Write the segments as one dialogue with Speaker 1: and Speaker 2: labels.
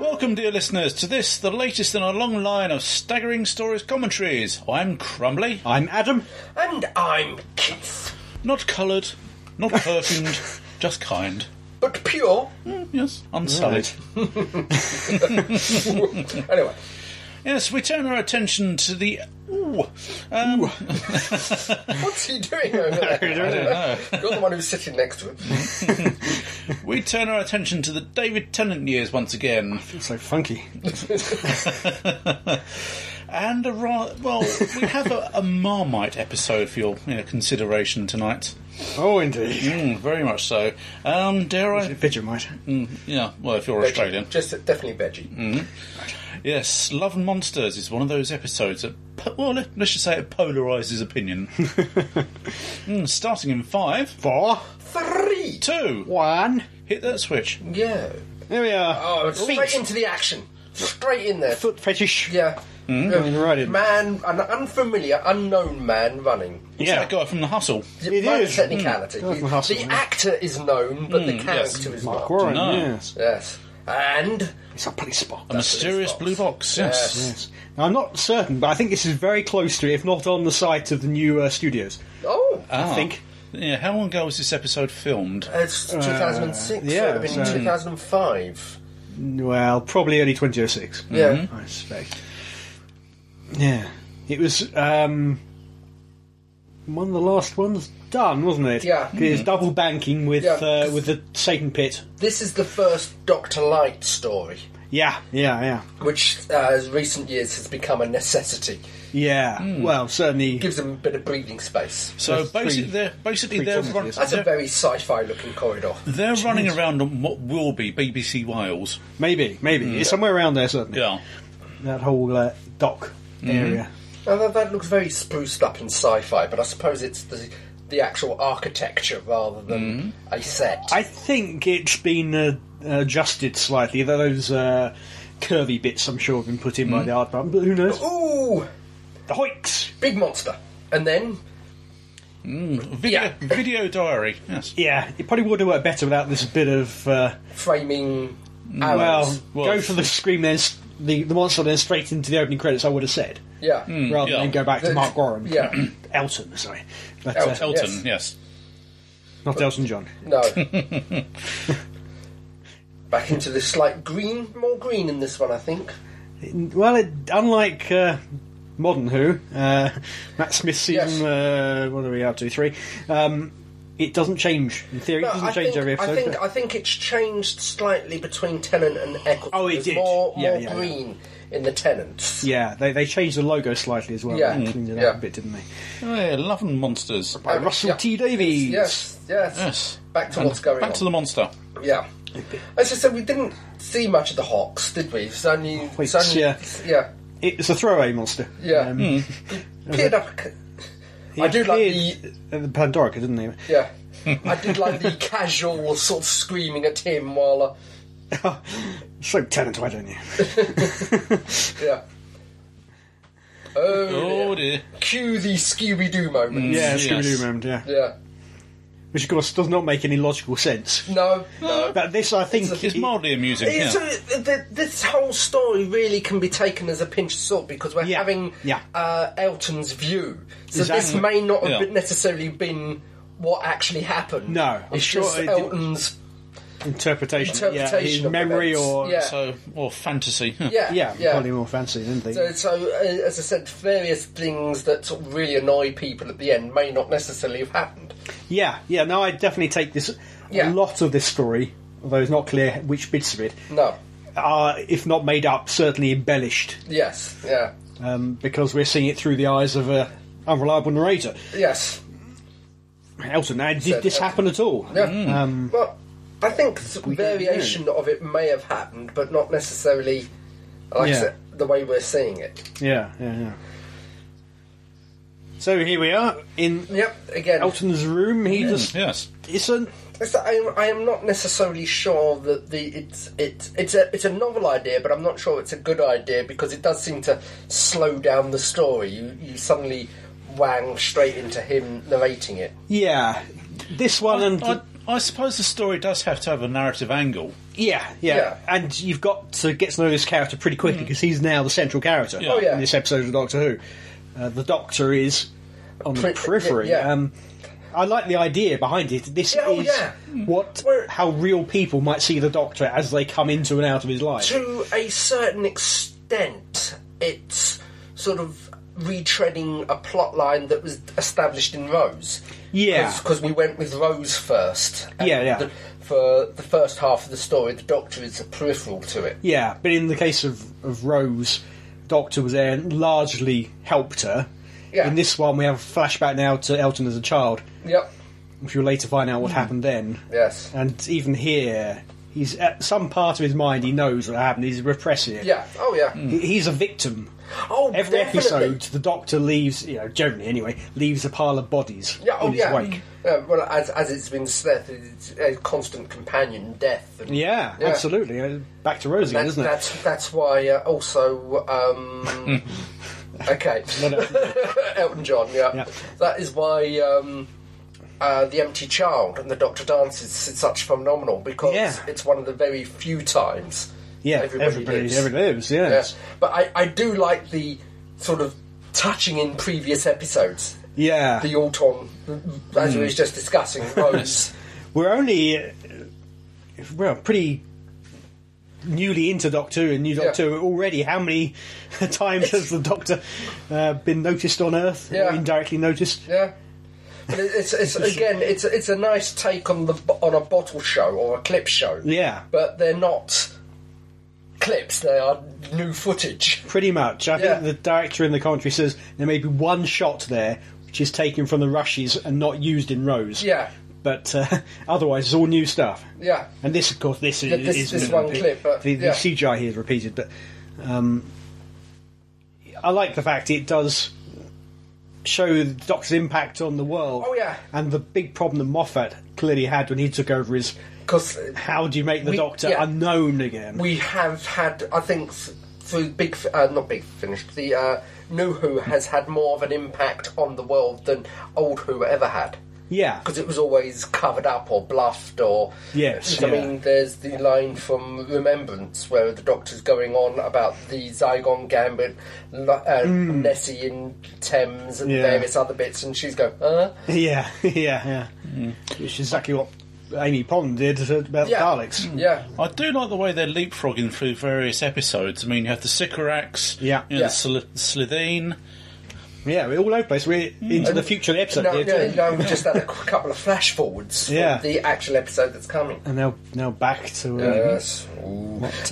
Speaker 1: Welcome, dear listeners, to this, the latest in our long line of staggering stories commentaries. I'm Crumbly.
Speaker 2: I'm Adam.
Speaker 3: And I'm Keith.
Speaker 1: Not coloured, not perfumed, just kind.
Speaker 3: But pure.
Speaker 1: Yes, unsullied.
Speaker 3: Anyway,
Speaker 1: Yes, we turn our attention to the. Ooh, um,
Speaker 3: what's he doing over there? You're the one who's sitting next to him.
Speaker 1: we turn our attention to the David Tennant years once again,
Speaker 2: So funky.
Speaker 1: and a ra- well, we have a, a Marmite episode for your you know, consideration tonight.
Speaker 2: Oh, indeed.
Speaker 1: Mm, very much so. Um, dare I?
Speaker 2: Vegemite.
Speaker 1: Yeah, well, if you're Australian,
Speaker 3: Just uh, definitely veggie.
Speaker 2: Mm.
Speaker 1: Yes, Love and Monsters is one of those episodes that, po- well, let- let's just say it polarises opinion. Mm, starting in five,
Speaker 2: Four.
Speaker 3: Three.
Speaker 1: two,
Speaker 2: One.
Speaker 1: hit that switch.
Speaker 3: Yeah.
Speaker 2: There we are.
Speaker 3: Oh, it's straight into the action. Straight in there.
Speaker 2: Foot fetish.
Speaker 3: Yeah.
Speaker 2: Going Mm, right in.
Speaker 3: Man, an unfamiliar, unknown man running.
Speaker 1: It's that guy from The Hustle.
Speaker 2: It
Speaker 3: Right
Speaker 2: is.
Speaker 3: Technicality.
Speaker 2: Mm. Doesn't hustle,
Speaker 3: the
Speaker 2: yeah.
Speaker 3: actor is known, but the character is
Speaker 2: Mark
Speaker 3: not.
Speaker 2: Warren,
Speaker 1: No.
Speaker 2: yes.
Speaker 3: Yes. And
Speaker 2: It's a police spot.
Speaker 1: A mysterious
Speaker 3: box.
Speaker 1: blue box, yes.
Speaker 3: Yes.
Speaker 2: Yes. Now, I'm not certain, but I think this is very close to, if not on the site of the new uh, studios.
Speaker 3: oh,
Speaker 1: Ah.
Speaker 2: I think.
Speaker 1: Yeah, how long ago was this episode filmed?
Speaker 3: it's 2006. so
Speaker 2: uh, yeah,
Speaker 3: it'd have been
Speaker 2: so-
Speaker 3: 2005.
Speaker 2: Well, probably early 2006.
Speaker 3: Yeah.
Speaker 2: I suspect. Yeah. It was um, one of the last ones done, wasn't it?
Speaker 3: Yeah.
Speaker 2: 'Cause It
Speaker 1: Mm.
Speaker 2: was double banking with
Speaker 3: Yeah.
Speaker 2: uh, with the Satan Pit.
Speaker 3: This is the first Doctor Light story,
Speaker 2: Yeah, yeah, yeah.
Speaker 3: which, uh, as recent years, has become a necessity.
Speaker 2: Yeah, well, certainly.
Speaker 3: Gives them a bit of breathing space.
Speaker 1: So
Speaker 2: that's three-
Speaker 1: basically, they're, basically
Speaker 2: three
Speaker 1: they're,
Speaker 2: films,
Speaker 1: run-
Speaker 2: yes.
Speaker 3: That's a
Speaker 1: they're,
Speaker 3: very sci-fi looking corridor.
Speaker 1: they're running around on what will be BBC Wales.
Speaker 2: Maybe, maybe. It's somewhere around there, certainly.
Speaker 1: Yeah.
Speaker 2: That whole uh, dock area.
Speaker 3: Now that, that looks very spruced up in sci-fi, but I suppose it's the the actual architecture rather than a set.
Speaker 2: Mm-hmm. I think it's been uh, adjusted slightly. Though Those uh, curvy bits, I'm sure, have been put in by the art department, but who knows?
Speaker 3: Ooh,
Speaker 2: The hoiks!
Speaker 3: big monster, and then
Speaker 1: Video,
Speaker 3: Yeah.
Speaker 1: video diary, yes.
Speaker 2: Yeah, it probably would have worked better without this bit of, uh,
Speaker 3: framing
Speaker 2: well,
Speaker 3: arrows.
Speaker 1: Well,
Speaker 2: go for the scream, then s the, the monster, then straight into the opening credits, I would have said.
Speaker 3: yeah,
Speaker 2: rather
Speaker 1: yeah.
Speaker 2: than go back to
Speaker 3: The-
Speaker 2: hmm. Mark Warren.
Speaker 3: yeah.
Speaker 2: Elton, sorry. But,
Speaker 3: Elton.
Speaker 2: Uh,
Speaker 1: Elton,
Speaker 3: Yes.
Speaker 1: yes.
Speaker 2: not Elton John.
Speaker 3: no. Back into this like green, more green in this one, I think.
Speaker 2: Well, it, unlike uh, Modern Who, uh, Matt Smith season,
Speaker 3: Yes.
Speaker 2: uh, what are we up to, three, um, it doesn't change. In theory, it doesn't
Speaker 3: I
Speaker 2: change
Speaker 3: think,
Speaker 2: every episode.
Speaker 3: I think,
Speaker 2: but-
Speaker 3: I think it's changed slightly between Tennant and Eccleston.
Speaker 2: Oh, it
Speaker 3: There's
Speaker 2: did.
Speaker 3: More,
Speaker 2: Yeah,
Speaker 3: more
Speaker 2: yeah, yeah.
Speaker 3: green in the Tennants.
Speaker 2: yeah, they, they changed the logo slightly as well.
Speaker 3: Yeah.
Speaker 2: They cleaned it
Speaker 3: Yeah.
Speaker 2: up a bit, didn't they?
Speaker 1: Oh, yeah, Love and Monsters.
Speaker 2: By Russell
Speaker 3: yeah.
Speaker 2: T Davies.
Speaker 3: Yes, yes.
Speaker 1: Yes.
Speaker 3: Back to
Speaker 1: And
Speaker 3: what's going
Speaker 1: back
Speaker 3: on.
Speaker 1: to the monster.
Speaker 3: Yeah. As I said, we didn't see much of the Hawks, did we? It's only,
Speaker 2: Hawks,
Speaker 3: it's only
Speaker 2: Oh, yeah.
Speaker 3: yeah,
Speaker 2: It's a throwaway monster.
Speaker 3: yeah.
Speaker 2: Um,
Speaker 1: Hmm.
Speaker 3: Peered up. a c- I do like the
Speaker 2: appeared at the Pandorica, didn't they?
Speaker 3: yeah. I did like the casual sort of screaming at him while uh,
Speaker 2: So tenant, why don't you?
Speaker 3: yeah. Oh,
Speaker 1: Oh
Speaker 3: dear.
Speaker 1: dear.
Speaker 3: cue the Scooby Doo moment.
Speaker 2: Yeah,
Speaker 1: Yes.
Speaker 2: Scooby Doo moment, yeah.
Speaker 3: Yeah.
Speaker 2: Which, of course, does not make any logical sense.
Speaker 3: No. No.
Speaker 2: But this, I think.
Speaker 1: It's mildly amusing,
Speaker 3: It's
Speaker 1: yeah.
Speaker 3: a- th- this whole story really can be taken as a pinch of salt because we're
Speaker 2: Yeah,
Speaker 3: having
Speaker 2: yeah.
Speaker 3: Uh, Elton's view. So this
Speaker 2: Exactly.
Speaker 3: may not
Speaker 1: Yeah.
Speaker 3: have been necessarily been what actually happened.
Speaker 2: No, I'm
Speaker 3: it's
Speaker 2: sure
Speaker 3: just
Speaker 2: it didn't-
Speaker 3: Elton's.
Speaker 2: interpretation,
Speaker 3: Interpretation
Speaker 2: yeah, his
Speaker 3: of
Speaker 2: memory
Speaker 3: events.
Speaker 2: or.
Speaker 3: Yeah.
Speaker 1: So, or fantasy.
Speaker 3: Yeah,
Speaker 2: Yeah,
Speaker 3: yeah.
Speaker 2: probably more fancy, didn't they?
Speaker 3: So, so uh, as I said, various things that sort of really annoy people at the end may not necessarily have happened.
Speaker 2: Yeah, yeah. No, I definitely take this. A
Speaker 3: Yeah.
Speaker 2: lot of this story, although it's not clear which bits of it,
Speaker 3: No.
Speaker 2: are, if not made up, certainly embellished,
Speaker 3: Yes. Yeah.
Speaker 2: um, because we're seeing it through the eyes of a unreliable narrator.
Speaker 3: Yes.
Speaker 2: Elton, now, did
Speaker 3: Said
Speaker 2: this
Speaker 3: Elton.
Speaker 2: happen at all?
Speaker 3: Yeah.
Speaker 2: Um,
Speaker 3: Well, I think s-
Speaker 2: don't
Speaker 3: variation of it may have happened, but not necessarily, like I
Speaker 2: Yeah.
Speaker 3: said, the way we're seeing it.
Speaker 2: yeah, yeah, yeah. So here we are in
Speaker 3: Yep. Again,
Speaker 2: Elton's room. He just
Speaker 1: Hmm, Yes.
Speaker 2: it's a
Speaker 3: It's that I, am, I am not necessarily sure that the it's it's it's a it's a novel idea, but I'm not sure it's a good idea because it does seem to slow down the story. You you suddenly wang straight into him narrating it.
Speaker 2: yeah. This one and
Speaker 1: I, I suppose the story does have to have a narrative angle.
Speaker 2: Yeah, yeah,
Speaker 3: Yeah.
Speaker 2: And you've got to get to know this character pretty quickly because he's now the central character
Speaker 1: Yeah. Oh,
Speaker 3: yeah.
Speaker 2: in this episode of Doctor Who. Uh, the Doctor is on the
Speaker 3: Pri-
Speaker 2: periphery.
Speaker 3: yeah, yeah.
Speaker 2: Um, I like the idea behind it. This
Speaker 3: Yeah, oh,
Speaker 2: is
Speaker 3: yeah.
Speaker 2: what
Speaker 3: Where-
Speaker 2: how real people might see the Doctor as they come into and out of his life.
Speaker 3: to a certain extent, it's sort of retreading a plot line that was established in Rose.
Speaker 2: Yeah.
Speaker 3: Because we went with Rose first. and
Speaker 2: Yeah, yeah.
Speaker 3: the- for the first half of the story, the Doctor is peripheral to it.
Speaker 2: Yeah, but in the case of, of Rose, Doctor was there and largely helped her.
Speaker 3: Yeah.
Speaker 2: In this one, we have a flashback now to Elton as a child,
Speaker 3: Yep.
Speaker 2: which we'll later find out what happened then.
Speaker 3: Yes.
Speaker 2: And even here, he's at some part of his mind, he knows what happened, he's repressing it.
Speaker 3: Yeah. Oh, yeah.
Speaker 2: He- He's a victim.
Speaker 3: Oh,
Speaker 2: Every
Speaker 3: definitely.
Speaker 2: episode, the Doctor leaves, you know, generally anyway, leaves a pile of bodies
Speaker 3: Yeah, oh
Speaker 2: in his
Speaker 3: yeah.
Speaker 2: wake.
Speaker 3: Yeah, well, as as it's been said, it's a constant companion death. And
Speaker 2: Yeah,
Speaker 3: Yeah.
Speaker 2: absolutely. Uh, Back to Rose again,
Speaker 3: that-
Speaker 2: isn't it?
Speaker 3: that's that's why uh, also. Um, okay, Elton John. Yeah.
Speaker 2: Yeah.
Speaker 3: that is why. Um, uh, the Empty Child and the Doctor Dance is such phenomenal because
Speaker 2: Yeah.
Speaker 3: it's one of the very few times
Speaker 2: yeah,
Speaker 3: everybody, lives.
Speaker 2: everybody lives,
Speaker 3: Yeah.
Speaker 2: yes.
Speaker 3: But I, I do like the sort of touching in previous episodes.
Speaker 2: Yeah.
Speaker 3: The Alton,
Speaker 2: Hmm.
Speaker 3: as we were just discussing, Rose.
Speaker 2: we're only uh, well pretty newly into Doctor Who and New Doctor Who already. How many times has the Doctor uh, been noticed on Earth or
Speaker 3: Yeah.
Speaker 2: indirectly noticed?
Speaker 3: Yeah. But it- it's, it's again, it's it's a nice take on the on a bottle show or a clip show.
Speaker 2: Yeah.
Speaker 3: But they're not clips; they are new footage.
Speaker 2: Pretty much. I
Speaker 3: Yeah.
Speaker 2: think the director in the commentary says there may be one shot there which is taken from the rushes and not used in rows.
Speaker 3: Yeah,
Speaker 2: But uh, otherwise, it's all new stuff.
Speaker 3: yeah,
Speaker 2: And this, of course, this is,
Speaker 3: Yeah, this-
Speaker 2: is
Speaker 3: this one
Speaker 2: the-
Speaker 3: clip, but,
Speaker 2: the, the
Speaker 3: yeah.
Speaker 2: CGI here is repeated, but um, I like the fact it does show the Doctor's impact on the world.
Speaker 3: Oh, yeah.
Speaker 2: and the big problem that Moffat clearly had when he took over is
Speaker 3: because
Speaker 2: how do you make the
Speaker 3: We-
Speaker 2: Doctor
Speaker 3: yeah.
Speaker 2: unknown again?
Speaker 3: we have had, I think, th- through big, F- uh, not big finish, the uh, new Who has had more of an impact on the world than old Who ever had.
Speaker 2: yeah,
Speaker 3: because it was always covered up or bluffed or
Speaker 2: Yes,
Speaker 3: I
Speaker 2: yeah.
Speaker 3: mean, there's the line from Remembrance where the Doctor's going on about the Zygon Gambit, L- uh, Nessie in Thames, and
Speaker 2: Hmm. Yeah.
Speaker 3: various other bits, and she's going, "Uh, huh?
Speaker 2: yeah, yeah, yeah. Which is exactly what Amy Pond did about
Speaker 3: Yeah. Mm.
Speaker 2: the Daleks.
Speaker 3: Yeah,
Speaker 1: I do like the way they're leapfrogging through various episodes. I mean, you have the Sycorax,
Speaker 2: Yeah.
Speaker 1: you know,
Speaker 3: Yeah.
Speaker 1: the Sli- Slitheen.
Speaker 2: Yeah, we're all over the place. We're
Speaker 3: Mm.
Speaker 2: into the future of the episode
Speaker 3: no,
Speaker 2: here,
Speaker 3: no,
Speaker 2: too.
Speaker 3: no, we just had a c- couple of flash forwards
Speaker 2: Yeah.
Speaker 3: from the actual episode that's coming.
Speaker 2: and now now back to. Uh,
Speaker 3: Yes.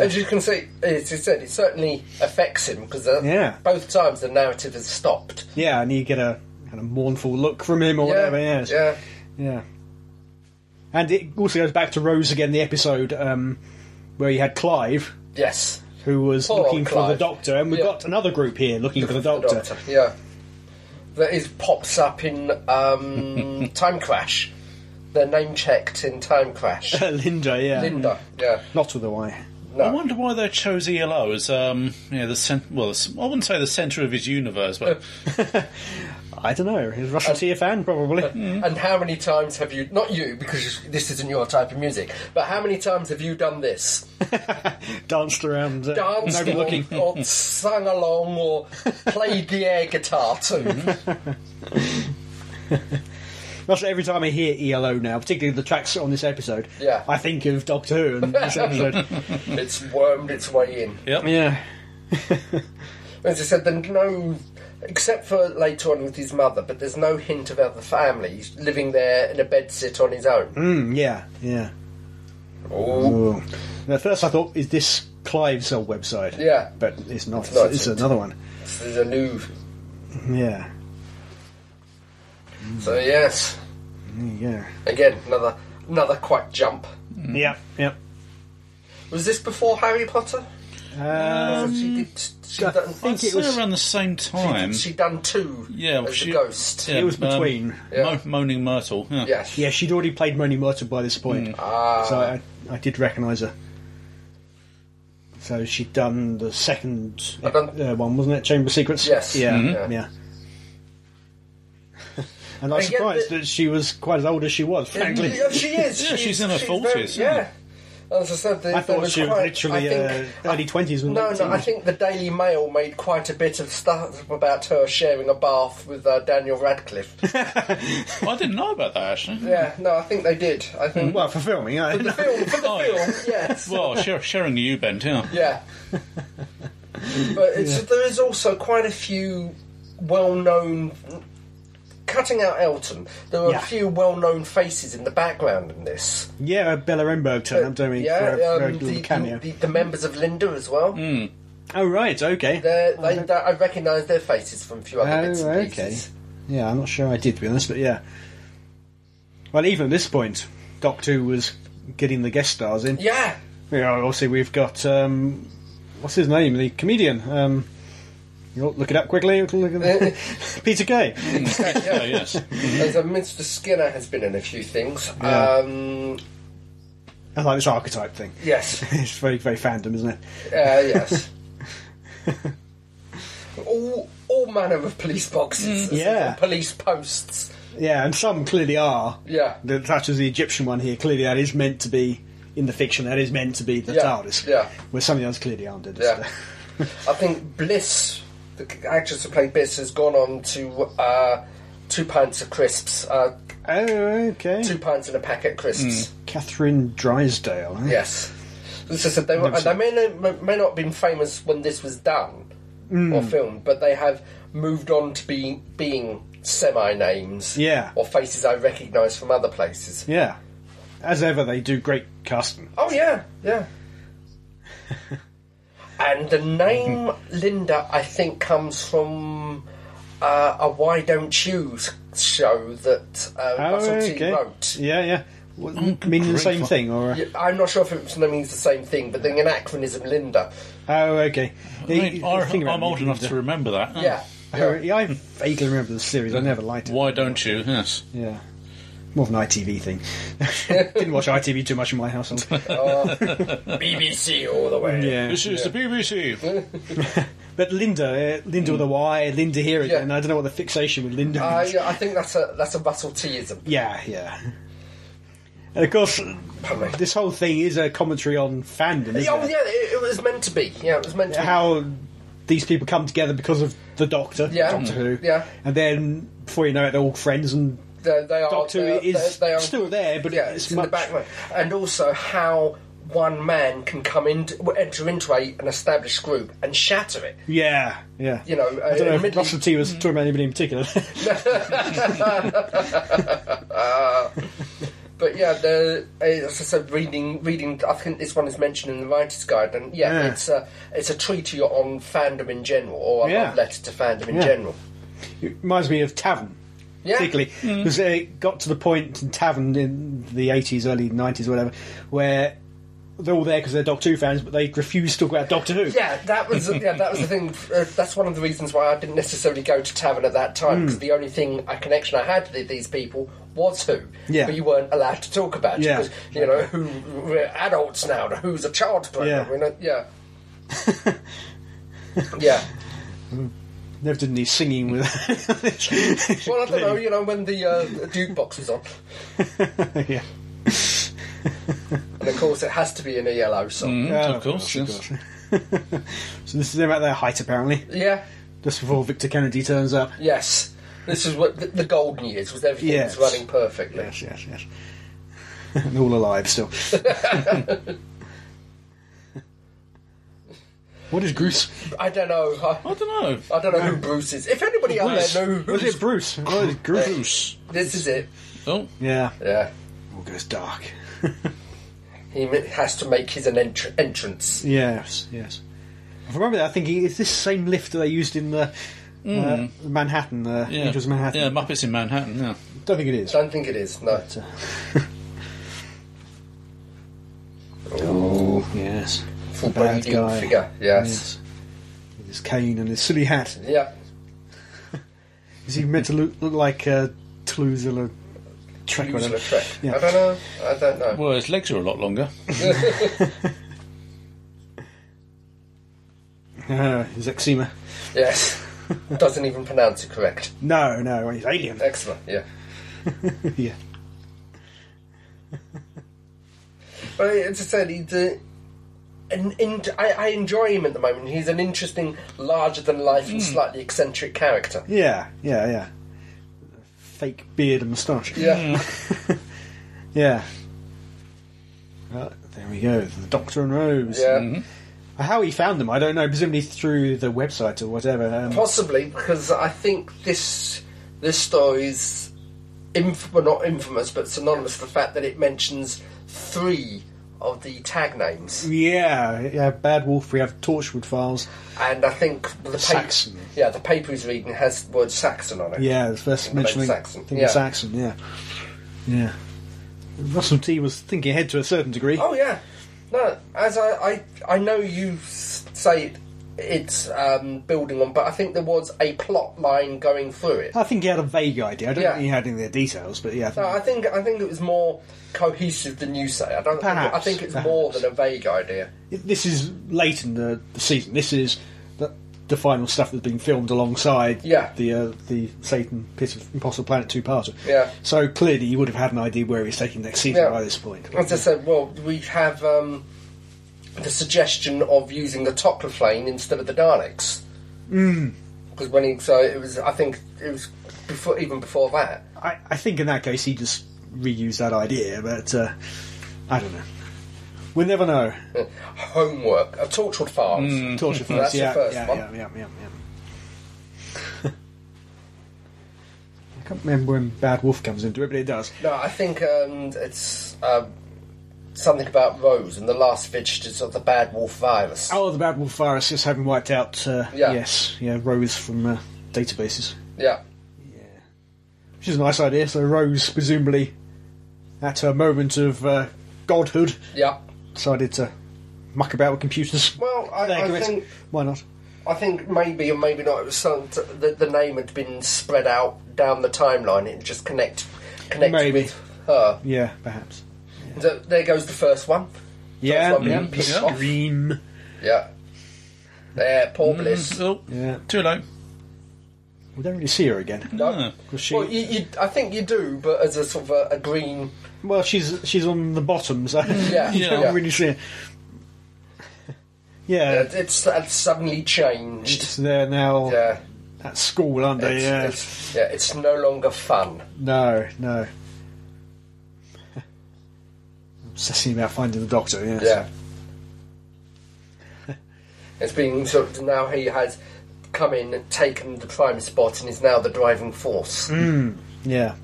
Speaker 3: As you can see, as you said, it certainly affects him because
Speaker 2: Yeah.
Speaker 3: both times the narrative has stopped.
Speaker 2: Yeah, and you get a kind of mournful look from him or
Speaker 3: Yeah,
Speaker 2: whatever. Yes.
Speaker 3: yeah.
Speaker 2: Yeah. And it also goes back to Rose again, the episode um, where you had Clive,
Speaker 3: Yes.
Speaker 2: who was
Speaker 3: Poor old
Speaker 2: looking for the
Speaker 3: Clive.
Speaker 2: Doctor, and we've
Speaker 3: Yeah.
Speaker 2: got another group here looking for the Doctor.
Speaker 3: Yeah. That is pops up in um, Time Crash. They're name checked in Time Crash.
Speaker 2: Linda, yeah.
Speaker 3: Linda. Yeah.
Speaker 2: Not with a Y.
Speaker 1: I wonder why they chose ELO as, um, you know, the cent- well, the- I wouldn't say the centre of his universe,
Speaker 2: Uh,
Speaker 1: but
Speaker 2: I don't know. He's a
Speaker 3: Uh,
Speaker 2: Russian Tea fan, probably.
Speaker 3: And how many times have you? Not you, because this isn't your type of music. But how many times have you done this?
Speaker 2: Danced around. Uh,
Speaker 3: Danced
Speaker 2: nobody
Speaker 3: or,
Speaker 2: looking.
Speaker 3: or sung along or played the air guitar too.
Speaker 2: Mm-hmm. That's every time I hear ELO now, particularly the tracks on this episode.
Speaker 3: Yeah.
Speaker 2: I think of Doctor Who and this episode.
Speaker 3: it's wormed its way in.
Speaker 1: yep.
Speaker 2: yeah.
Speaker 3: As I said, there's no, except for later on with his mother, but there's no hint of other family. He's living there in a bed sit on his own.
Speaker 2: Mm, yeah. Yeah.
Speaker 3: Ooh.
Speaker 2: Now, at first I thought, is this Clive's old website?
Speaker 3: Yeah.
Speaker 2: But it's not. It's,
Speaker 3: not,
Speaker 2: it's
Speaker 3: isn't it?
Speaker 2: another one.
Speaker 3: So There's a new.
Speaker 2: Yeah.
Speaker 3: So yes,
Speaker 2: Yeah.
Speaker 3: again another another quite jump.
Speaker 2: Yep. Yep.
Speaker 3: Was this before Harry Potter?
Speaker 2: Um,
Speaker 3: she did. She
Speaker 2: I
Speaker 3: done,
Speaker 2: think
Speaker 1: I'd
Speaker 2: it
Speaker 1: say
Speaker 2: was-
Speaker 1: around the same time.
Speaker 3: she done two.
Speaker 1: Yeah, well,
Speaker 3: as
Speaker 1: she-
Speaker 3: a ghost.
Speaker 1: yeah,
Speaker 2: it was
Speaker 1: um,
Speaker 2: between.
Speaker 3: Yeah.
Speaker 1: Mo- Moaning Myrtle. Yeah.
Speaker 3: Yes.
Speaker 2: yeah, she'd already played Moni Myrtle by this point,
Speaker 3: Ah.
Speaker 2: so I, I did recognise her. So she'd done the second
Speaker 3: I've done-
Speaker 2: uh, one, wasn't it? Chamber of Secrets.
Speaker 3: Yes.
Speaker 2: Yeah.
Speaker 3: Mhm.
Speaker 2: Yeah. And I'm
Speaker 3: And yet
Speaker 2: surprised
Speaker 3: the-
Speaker 2: that she was quite as old as she was, frankly.
Speaker 3: Yeah, she is.
Speaker 1: Yeah, she's in her 40s,
Speaker 3: very- Yeah. As I said, the,
Speaker 2: I
Speaker 3: there
Speaker 2: thought
Speaker 3: was
Speaker 2: she was
Speaker 3: quite,
Speaker 2: literally
Speaker 3: I think,
Speaker 2: uh, early 20s. when
Speaker 3: No,
Speaker 2: that
Speaker 3: no, I
Speaker 2: scene-
Speaker 3: think the Daily Mail made quite a bit of stuff about her sharing a bath with uh, Daniel Radcliffe.
Speaker 1: I didn't know about that actually.
Speaker 3: yeah, no, I think they did. I think.
Speaker 2: Well, for filming, I
Speaker 3: the film, for the
Speaker 1: Oh,
Speaker 3: film,
Speaker 1: yeah.
Speaker 3: yes.
Speaker 1: Well, share, sharing the U bent, yeah.
Speaker 3: Yeah. but it's, there is also quite a few well known. Cutting out Elton, there are
Speaker 2: Yeah.
Speaker 3: a few well known faces in the background in this.
Speaker 2: Yeah, Bella Renberg turned up, don't we?
Speaker 3: yeah,
Speaker 2: for a, for a
Speaker 3: um,
Speaker 2: little
Speaker 3: the,
Speaker 2: cameo.
Speaker 3: the, the members of Linda as well.
Speaker 2: oh, right, Oh, okay.
Speaker 3: They're- They, they, I recognise their faces from a few other bits
Speaker 2: Oh,
Speaker 3: and
Speaker 2: okay.
Speaker 3: pieces.
Speaker 2: Yeah, I'm not sure I did, to be honest, but yeah. Well, even at this point, Doc 2 was getting the guest stars in.
Speaker 3: Yeah,
Speaker 2: Yeah, obviously, we've got. Um, what's his name? The comedian. Um, you'll look it up quickly. Look it up. Peter Gay.
Speaker 1: Oh, yes.
Speaker 3: as a Mr. Skinner has been in a few things.
Speaker 2: Yeah.
Speaker 3: Um,
Speaker 2: I like this archetype thing.
Speaker 3: yes, uh,
Speaker 2: It's very, very fandom, isn't it?
Speaker 3: yes. all all manner of police boxes, and
Speaker 2: Mm. Yeah.
Speaker 3: police posts.
Speaker 2: Yeah, and some clearly are.
Speaker 3: Yeah,
Speaker 2: The, such as the Egyptian one here, clearly that is meant to be in the fiction. That is meant to be the
Speaker 3: Yeah,
Speaker 2: TARDIS.
Speaker 3: yeah.
Speaker 2: Where some of the others clearly aren't. It?
Speaker 3: Yeah. I think Bliss, the c- actress who played Bliss, has gone on to uh, two pints of crisps, uh,
Speaker 2: Oh, okay.
Speaker 3: two pints and a packet of crisps.
Speaker 2: Mm. Catherine Drysdale. eh?
Speaker 3: Yes. It's just that they, were,
Speaker 2: Never
Speaker 3: they
Speaker 2: seen
Speaker 3: may, not, may not have been famous when this was done
Speaker 2: Mm.
Speaker 3: or filmed, but they have moved on to be, being semi names
Speaker 2: Yeah.
Speaker 3: or faces I recognise from other places.
Speaker 2: Yeah. As ever, they do great casting.
Speaker 3: Oh, yeah, yeah. and the name Linda, I think, comes from uh, a Why Don't You show that uh,
Speaker 2: Ah,
Speaker 3: Russell T wrote.
Speaker 2: Oh, Yeah, yeah. Well, meaning the
Speaker 1: grief.
Speaker 2: same thing, or uh,
Speaker 3: Yeah, I'm not sure if it means the same thing, but the anachronism Linda.
Speaker 2: oh, okay.
Speaker 1: I mean,
Speaker 2: You-
Speaker 1: I,
Speaker 2: think about
Speaker 1: I'm
Speaker 2: it,
Speaker 1: old
Speaker 2: you
Speaker 1: enough
Speaker 2: can
Speaker 1: to remember that. huh?
Speaker 3: Yeah.
Speaker 2: Oh, yeah, I vaguely remember the series. I never liked it.
Speaker 1: Why don't you? Yes.
Speaker 2: Yeah. More of an ITV thing. Didn't watch ITV too much in my household.
Speaker 3: BBC all the way.
Speaker 2: Yeah.
Speaker 1: This is the BBC.
Speaker 2: But Linda, uh, Linda with a Y, Linda here again.
Speaker 3: Yeah.
Speaker 2: I don't know what the fixation with Linda
Speaker 3: Uh,
Speaker 2: is.
Speaker 3: yeah, I think that's a that's a Russell Tism.
Speaker 2: Yeah, yeah. And of course,
Speaker 3: Pardon me.
Speaker 2: this whole thing is a commentary on fandom, isn't
Speaker 3: Oh
Speaker 2: it?
Speaker 3: yeah, it, it was meant to be. Yeah, it was meant to
Speaker 2: How these people come together because of the Doctor,
Speaker 3: Yeah.
Speaker 1: Mm.
Speaker 2: Doctor Who.
Speaker 3: Yeah.
Speaker 2: And then, before you know it, they're all friends and
Speaker 3: be. They, they are,
Speaker 2: Doctor
Speaker 3: they are-
Speaker 2: is
Speaker 3: Oh, they, they are,
Speaker 2: still there, but
Speaker 3: yeah,
Speaker 2: it's,
Speaker 3: it's, in
Speaker 2: much...
Speaker 3: the background. And also how one man can come in, enter into a, an established group and shatter it.
Speaker 2: Yeah, yeah.
Speaker 3: You know,
Speaker 2: I don't know if
Speaker 3: admittedly- Mm.
Speaker 2: Russell T was talking about anybody in particular.
Speaker 3: But yeah, the, as I said, reading, reading. I think this one is mentioned in the writer's guide, and yeah,
Speaker 2: Yeah.
Speaker 3: it's a it's a treatise on fandom in general, or a
Speaker 2: Yeah.
Speaker 3: love letter to fandom in
Speaker 2: Yeah.
Speaker 3: general.
Speaker 2: it reminds me of Tavern.
Speaker 3: Yeah,
Speaker 2: particularly
Speaker 1: Mm.
Speaker 2: because it got to the point in Tavern in the eighties, early nineties, whatever, where they're all there because they're Doctor Who fans, but they refuse to talk about Doctor Who.
Speaker 3: Yeah, that was yeah, that was the thing. Uh, that's one of the reasons why I didn't necessarily go to tavern at that time
Speaker 2: Hmm.
Speaker 3: because the only thing a connection I had with these people was who.
Speaker 2: Yeah.
Speaker 3: But you weren't allowed to talk about it
Speaker 2: Yeah.
Speaker 3: because you know who we're adults now. Who's a child? player,
Speaker 2: Yeah.
Speaker 3: You know? Yeah. yeah.
Speaker 2: Never did any singing with.
Speaker 3: Well, I don't know. You know when the uh, jukebox was on,
Speaker 2: yeah.
Speaker 3: and of course it has to be in a yellow song.
Speaker 1: Mm,
Speaker 2: Oh,
Speaker 1: of course, yes.
Speaker 2: so this is about their height, apparently,
Speaker 3: Yeah.
Speaker 2: just before Victor Kennedy turns up.
Speaker 3: Yes. This is what the, the golden years was. Everything
Speaker 2: Yes.
Speaker 3: was running perfectly.
Speaker 2: Yes, yes, yes. and all alive still. what is Bruce?
Speaker 3: I don't know. I,
Speaker 1: I don't know.
Speaker 3: I don't know who Bruce is. If anybody out
Speaker 1: Bruce.
Speaker 3: there knows who
Speaker 2: Was it Bruce? What is Bruce?
Speaker 1: Bruce.
Speaker 3: This is it.
Speaker 1: Oh,
Speaker 2: Yeah.
Speaker 3: Yeah.
Speaker 2: All goes dark.
Speaker 3: He ma- has to make his an entr- entrance.
Speaker 2: Yes, yes. I remember that thinking, is this the same lift that they used in the uh, Manhattan, uh,
Speaker 1: yeah.
Speaker 2: Angels of Manhattan?
Speaker 1: Yeah, Muppets in Manhattan. Yeah.
Speaker 2: Don't think it is.
Speaker 3: Don't think it is. No.
Speaker 2: But, uh, oh, yes.
Speaker 3: Full
Speaker 2: the bad
Speaker 3: bloody
Speaker 2: guy.
Speaker 3: figure. Yes.
Speaker 2: With his cane and his silly hat.
Speaker 3: Yeah.
Speaker 2: Is he meant to look, look like uh, Toulouse or Trek or
Speaker 3: Who's
Speaker 2: whatever?
Speaker 3: Lautrec?
Speaker 2: Yeah.
Speaker 3: I don't know. I don't know.
Speaker 1: Well, his legs are a lot longer.
Speaker 2: Uh, his eczema.
Speaker 3: Yes. doesn't even pronounce it correct.
Speaker 2: No, no, he's alien.
Speaker 3: Excellent, yeah.
Speaker 2: yeah.
Speaker 3: But as I said, he's a, an in, I, I enjoy him at the moment. He's an interesting, larger than life, and slightly eccentric character.
Speaker 2: Yeah, yeah, yeah. Fake beard and moustache.
Speaker 3: Yeah.
Speaker 2: Yeah. Well, there we go. The Doctor and Rose. Mm.
Speaker 3: Yeah.
Speaker 2: How he found them, I don't know. Presumably through the website or whatever. Um,
Speaker 3: Possibly because I think this this story is inf- well, not infamous, but synonymous with the fact that it mentions three of the tag names,
Speaker 2: yeah, yeah. Bad Wolf. We have Torchwood Files.
Speaker 3: and I think the
Speaker 2: Saxon.
Speaker 3: Yeah, the paper he's reading has the word Saxon on it.
Speaker 2: Yeah, the first mentioning
Speaker 3: Saxon,
Speaker 2: Thing
Speaker 3: yeah.
Speaker 2: of Saxon. Yeah, yeah. Russell T was thinking ahead to a certain degree.
Speaker 3: Oh yeah. No, as I I, I know you s- say it, it's um, building on, but I think there was a plot line going through it.
Speaker 2: I think he had a vague idea. I don't
Speaker 3: Yeah.
Speaker 2: think he had any of the details, but yeah, I think-
Speaker 3: No, I think I think it was more cohesive than you say. I don't. think, I
Speaker 2: Perhaps,
Speaker 3: think it's
Speaker 2: perhaps.
Speaker 3: more than a vague idea.
Speaker 2: this is late in the, the season. This is the, the final stuff that's been filmed alongside
Speaker 3: Yeah.
Speaker 2: the uh, the Satan Pit of Impossible Planet two parter.
Speaker 3: Yeah.
Speaker 2: So clearly, you would have had an idea where he's taking next season
Speaker 3: Yeah.
Speaker 2: by this point.
Speaker 3: As I said, well, we have um, the suggestion of using the Toclaflane instead of the Daleks. Because when he so it was, I think it was before even before that.
Speaker 2: I, I think in that case, he just reused that idea, but uh, I don't know. We'll never know.
Speaker 3: uh, Homework, a Torchwood Files.
Speaker 2: Torture first,
Speaker 3: Mm-hmm. That's your
Speaker 2: yeah,
Speaker 3: first
Speaker 2: yeah,
Speaker 3: one.
Speaker 2: yeah, yeah, yeah, yeah. I can't remember when Bad Wolf comes into it, but it does.
Speaker 3: No, I think um, it's um, something about Rose and the last vestiges of the Bad Wolf virus.
Speaker 2: Oh, the Bad Wolf virus is having wiped out. Uh,
Speaker 3: Yeah.
Speaker 2: Yes, yeah, Rose from uh, databases.
Speaker 3: Yeah,
Speaker 2: Which is a nice idea. So Rose, presumably, at her moment of uh, godhood,
Speaker 3: yeah.
Speaker 2: decided to muck about with computers.
Speaker 3: Well, I,
Speaker 2: There, give
Speaker 3: I
Speaker 2: it-
Speaker 3: think
Speaker 2: why not?
Speaker 3: I think maybe or maybe not. It was some t- the, the name had been spread out down the timeline. It just connect connected
Speaker 2: Maybe.
Speaker 3: with her.
Speaker 2: Yeah, perhaps.
Speaker 3: So there goes the first one.
Speaker 2: Yeah,
Speaker 3: one
Speaker 2: yeah,
Speaker 3: being
Speaker 2: the
Speaker 3: pissed off.
Speaker 2: scream.
Speaker 3: Yeah. There, poor
Speaker 2: Mm-hmm.
Speaker 3: Bliss.
Speaker 1: Oh,
Speaker 2: Yeah,
Speaker 1: too low.
Speaker 2: we don't really see her again.
Speaker 3: No.
Speaker 1: Ah.
Speaker 2: 'Cause she-
Speaker 3: Well, you, you, I think you do, but as a sort of a, a green.
Speaker 2: Well, she's she's on the bottom, so
Speaker 3: Yeah,
Speaker 2: you don't
Speaker 3: yeah.
Speaker 2: really see her. Yeah,
Speaker 3: uh, It's, it's suddenly changed.
Speaker 2: it's there now
Speaker 3: Yeah.
Speaker 2: at school, aren't they?
Speaker 3: It's,
Speaker 2: yeah.
Speaker 3: It's, yeah, it's no longer fun.
Speaker 2: No, no. Obsessing about finding the doctor, yes.
Speaker 3: Yeah. it's been sort of now he has come in and taken the prime spot and is now the driving force.
Speaker 2: Mm. Yeah.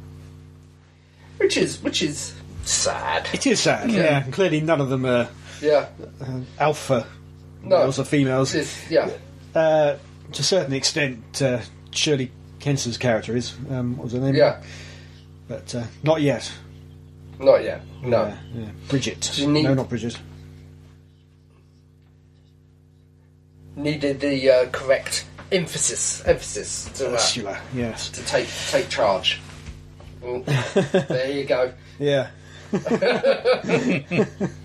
Speaker 3: Which is which is sad.
Speaker 2: It is sad, yeah. Clearly none of them are
Speaker 3: Yeah.
Speaker 2: alpha
Speaker 3: No.
Speaker 2: males or females.
Speaker 3: It's, yeah.
Speaker 2: Uh, to a certain extent, uh, Shirley Kenson's character is. Um, what was her name?
Speaker 3: Yeah.
Speaker 2: But uh, not yet.
Speaker 3: Not yet. No.
Speaker 2: Yeah, yeah. Bridget.
Speaker 3: you need-
Speaker 2: No, not Bridget.
Speaker 3: Needed the uh, correct emphasis emphasis
Speaker 2: Oh,
Speaker 3: to, uh, to
Speaker 2: Ursula, yes.
Speaker 3: take take charge. Mm. there you go.
Speaker 2: Yeah.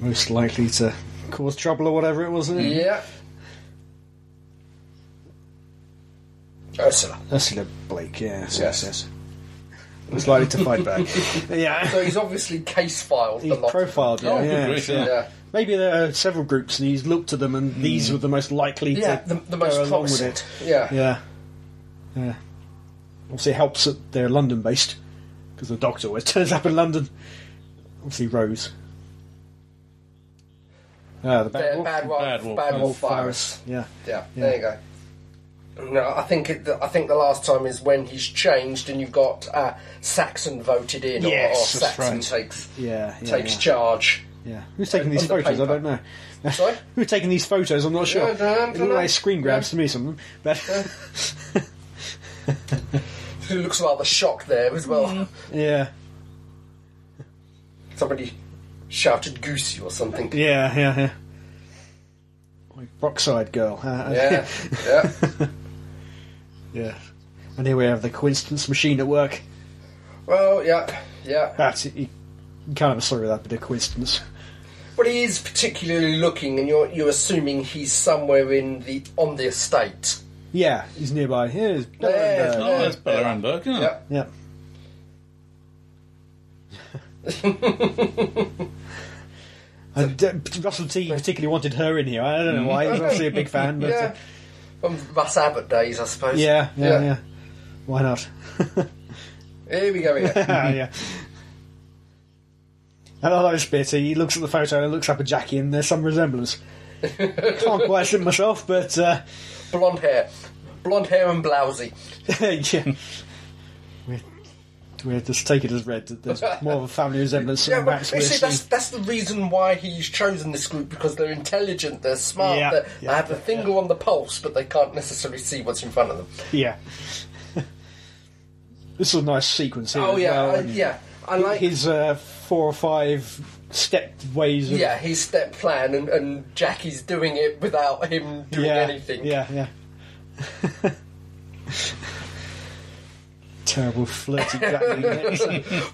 Speaker 2: Most likely to cause trouble or whatever it was. isn't it?
Speaker 3: Yeah. Ursula.
Speaker 2: Ursula Blake, yes,
Speaker 3: Yes.
Speaker 2: yes, yes. Was likely to fight back. yeah.
Speaker 3: So he's obviously case filed
Speaker 2: He
Speaker 3: the lot.
Speaker 2: profiled it.
Speaker 1: Oh, good
Speaker 2: yeah,
Speaker 1: grief,
Speaker 2: yeah.
Speaker 1: yeah.
Speaker 3: yeah.
Speaker 2: Maybe there are several groups and he's looked at them and these were the most likely
Speaker 3: Hmm. Yeah,
Speaker 2: to
Speaker 3: the,
Speaker 2: go
Speaker 3: the most
Speaker 2: along with
Speaker 3: promising.
Speaker 2: it.
Speaker 3: Yeah.
Speaker 2: Yeah. Yeah. Obviously, it helps that they're London based because the doctor always turns up in London. Obviously, Rose. Ah, the
Speaker 3: Bad,
Speaker 2: bad, wolf.
Speaker 3: bad, wolf,
Speaker 1: Bad wolf.
Speaker 3: bad
Speaker 1: Bad
Speaker 3: wolf virus.
Speaker 2: virus. Yeah.
Speaker 3: Yeah, there you go. No, I think it, I think the last time is when he's changed and you've got uh, Saxon voted in, or- or,
Speaker 2: Yes, that's
Speaker 3: Saxon
Speaker 2: right.
Speaker 3: takes
Speaker 2: Yeah, yeah,
Speaker 3: takes
Speaker 2: yeah.
Speaker 3: charge.
Speaker 2: Yeah. Who's taking these
Speaker 3: on the
Speaker 2: photos? I
Speaker 3: paper.
Speaker 2: don't know.
Speaker 3: Sorry?
Speaker 2: Who's taking these photos? I'm not sure.
Speaker 3: I don't
Speaker 2: They look
Speaker 3: know.
Speaker 2: like screen grabs to me, some of them. But
Speaker 3: Who looks rather shocked there as well?
Speaker 2: yeah,
Speaker 3: Somebody shouted "goosey" or something.
Speaker 2: yeah, yeah, yeah. Like Brockside girl. Uh,
Speaker 3: Yeah, yeah.
Speaker 2: yeah. And here we have the coincidence machine at work.
Speaker 3: Well, yeah, yeah.
Speaker 2: That's you, you can't have a story without a bit of coincidence.
Speaker 3: Well, he is particularly looking, and you're you're assuming he's somewhere in the on the estate.
Speaker 2: Yeah, he's nearby. Here's
Speaker 3: There's
Speaker 1: Oh,
Speaker 2: Bellander.
Speaker 1: that's
Speaker 3: Yeah.
Speaker 1: Bella Ramberg, isn't
Speaker 3: Yeah.
Speaker 2: Yeah. And, uh, Russell T particularly wanted her in here. I don't know why. He's obviously a big fan, but
Speaker 3: yeah.
Speaker 2: uh,
Speaker 3: From Russ Abbott days, I suppose.
Speaker 2: yeah, yeah, yeah, Why not?
Speaker 3: Here we go again.
Speaker 2: Ah, yeah. And I those bits, he looks at the photo and looks up at Jackie, and there's some resemblance. Can't quite see it myself, but uh,
Speaker 3: Blonde hair. Blonde hair and blousy.
Speaker 2: yeah. We're, we're just take it as read that there's more of a family resemblance
Speaker 3: Yeah,
Speaker 2: than
Speaker 3: well,
Speaker 2: Max
Speaker 3: you see,
Speaker 2: Wilson.
Speaker 3: that's, that's the reason why he's chosen this group because they're intelligent, they're smart,
Speaker 2: Yeah,
Speaker 3: they're,
Speaker 2: yeah,
Speaker 3: they have a finger on the pulse, but they can't necessarily see what's in front of them.
Speaker 2: Yeah. this is a nice sequence here.
Speaker 3: Oh
Speaker 2: as
Speaker 3: yeah,
Speaker 2: well,
Speaker 3: I-
Speaker 2: and
Speaker 3: yeah. I like
Speaker 2: his uh, four or five step ways of
Speaker 3: yeah his step plan, and, and Jackie's doing it without him doing
Speaker 2: yeah,
Speaker 3: anything.
Speaker 2: Yeah, yeah. Terrible flirty Jack.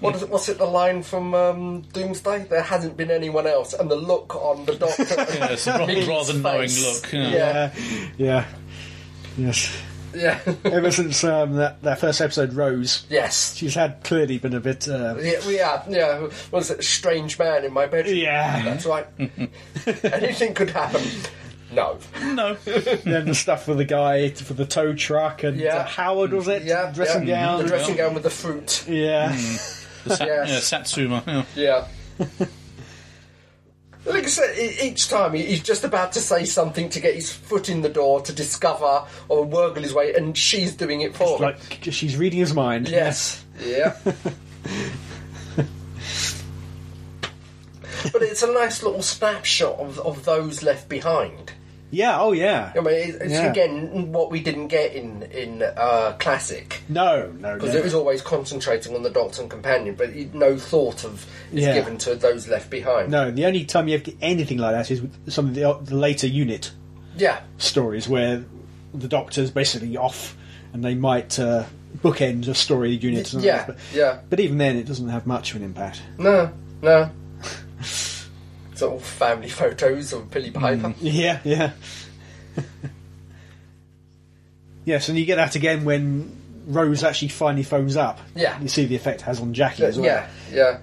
Speaker 3: What is it, what's it? The line from um, Doomsday? There hasn't been anyone else, and the look on the doctor.
Speaker 1: Yeah, it's a rather,
Speaker 3: Minnie's
Speaker 1: rather knowing
Speaker 3: face.
Speaker 1: look. Yeah.
Speaker 2: yeah, yeah, yes.
Speaker 3: yeah.
Speaker 2: Ever since um, that, that first episode, Rose,
Speaker 3: yes.
Speaker 2: she's had clearly been a bit. Uh,
Speaker 3: Yeah, we are. Yeah, what was it? Strange man in my bedroom.
Speaker 2: yeah,
Speaker 3: That's right. Anything could happen. No.
Speaker 1: No.
Speaker 2: then the stuff with the guy for the tow truck and
Speaker 3: Yeah.
Speaker 2: uh, Howard was it?
Speaker 3: Yeah.
Speaker 2: dressing
Speaker 3: yeah.
Speaker 2: gown.
Speaker 3: The dressing gown with the fruit.
Speaker 2: yeah.
Speaker 1: The Sa-
Speaker 3: Yes.
Speaker 1: yeah, Satsuma. Yeah.
Speaker 3: Yeah. Like I said, e- each time he- he's just about to say something to get his foot in the door to discover or wurgle his way, and she's doing it for him.
Speaker 2: like she's reading his mind.
Speaker 3: Yes. Yeah. but it's a nice little snapshot of, of those left behind.
Speaker 2: Yeah. Oh, yeah.
Speaker 3: I mean, it- it's
Speaker 2: Yeah.
Speaker 3: again what we didn't get in in uh, classic
Speaker 2: No, no,
Speaker 3: because
Speaker 2: no.
Speaker 3: it was always concentrating on the Doctor and companion, but you- no thought of is
Speaker 2: Yeah.
Speaker 3: given to those left behind.
Speaker 2: No, the only time you ever get anything like that is with some of the, the later unit
Speaker 3: Yeah.
Speaker 2: stories where the Doctor's basically off, and they might uh, bookend a story unit. or something
Speaker 3: Yeah.
Speaker 2: else, but,
Speaker 3: Yeah.
Speaker 2: but even then, it doesn't have much of an impact.
Speaker 3: No. No. It's all family photos of Billy Piper.
Speaker 2: Yeah, yeah. yes, and you get that again when Rose actually finally phones up.
Speaker 3: Yeah.
Speaker 2: you see the effect it has on Jackie as well.
Speaker 3: Yeah, yeah.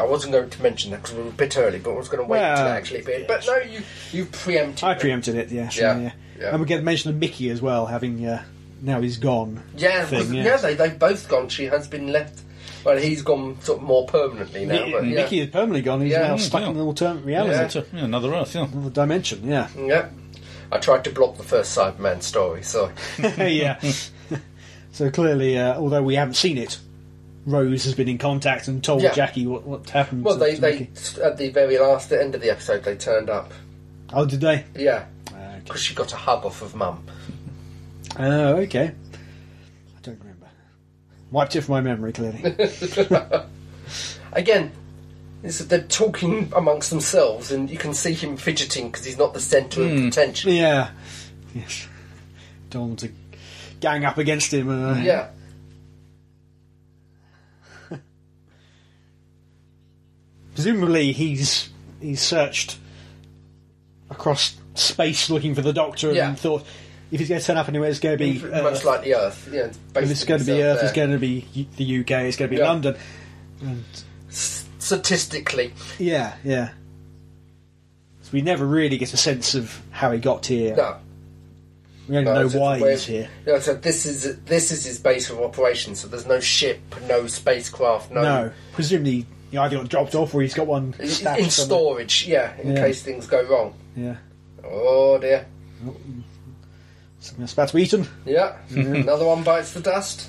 Speaker 3: I wasn't going to mention that because we were a bit early, but I was going to wait
Speaker 2: Well,
Speaker 3: till it actually appeared. But no, you you preempted.
Speaker 2: I
Speaker 3: it.
Speaker 2: preempted it. Yeah, sure,
Speaker 3: Yeah,
Speaker 2: yeah,
Speaker 3: yeah.
Speaker 2: And we get mention of Mickey as well, having uh, now he's gone.
Speaker 3: Yeah, 'cause-
Speaker 2: thing, yeah.
Speaker 3: yeah. They they've both gone. She has been left. Well, he's gone sort of more permanently now. But yeah,
Speaker 2: Mickey is permanently gone. He's
Speaker 3: Yeah.
Speaker 2: now
Speaker 3: Mm,
Speaker 2: stuck
Speaker 1: yeah.
Speaker 2: in an alternate reality,
Speaker 3: Yeah.
Speaker 1: So, yeah, another Earth, yeah.
Speaker 2: another dimension. Yeah,
Speaker 3: yeah. I tried to block the first Cyberman story, so
Speaker 2: yeah. so clearly, uh, although we haven't seen it, Rose has been in contact and told
Speaker 3: Yeah.
Speaker 2: Jackie what what happened.
Speaker 3: well
Speaker 2: to,
Speaker 3: they
Speaker 2: to
Speaker 3: they
Speaker 2: Mickey.
Speaker 3: at the very last the end of the episode they turned up.
Speaker 2: oh did they?
Speaker 3: Yeah,
Speaker 2: Ah, okay.
Speaker 3: because she got a hug off of Mum.
Speaker 2: Oh okay. I don't remember. Wiped it from my memory clearly.
Speaker 3: Again, it's, they're talking amongst themselves, and you can see him fidgeting because he's not the centre
Speaker 2: Hmm.
Speaker 3: of attention.
Speaker 2: yeah. Yes. Don't want to gang up against him. Uh,
Speaker 3: Yeah.
Speaker 2: Presumably he's he's searched across space looking for the Doctor
Speaker 3: Yeah.
Speaker 2: and thought if he's going to turn up anywhere, it's going to be uh,
Speaker 3: most likely Earth. Yeah, it's
Speaker 2: If
Speaker 3: based
Speaker 2: it's going to be
Speaker 3: itself
Speaker 2: Earth, it's
Speaker 3: there.
Speaker 2: going to be U- the UK, it's going to be
Speaker 3: Yeah.
Speaker 2: London.
Speaker 3: statistically.
Speaker 2: Yeah, yeah. So we never really get a sense of how he got here.
Speaker 3: No,
Speaker 2: we only
Speaker 3: no, it's
Speaker 2: know
Speaker 3: a-
Speaker 2: why
Speaker 3: where-
Speaker 2: he's here.
Speaker 3: No, so this is this is his base of operations. So there's no ship, no spacecraft, no,
Speaker 2: No, presumably he either got dropped off or he's got one
Speaker 3: in,
Speaker 2: stashed
Speaker 3: in
Speaker 2: somewhere.
Speaker 3: storage. Yeah, in
Speaker 2: Yeah.
Speaker 3: case things go wrong.
Speaker 2: Yeah,
Speaker 3: Oh dear.
Speaker 2: something that's about to be eaten.
Speaker 3: Yeah,
Speaker 2: Mm-hmm.
Speaker 3: another one bites the dust.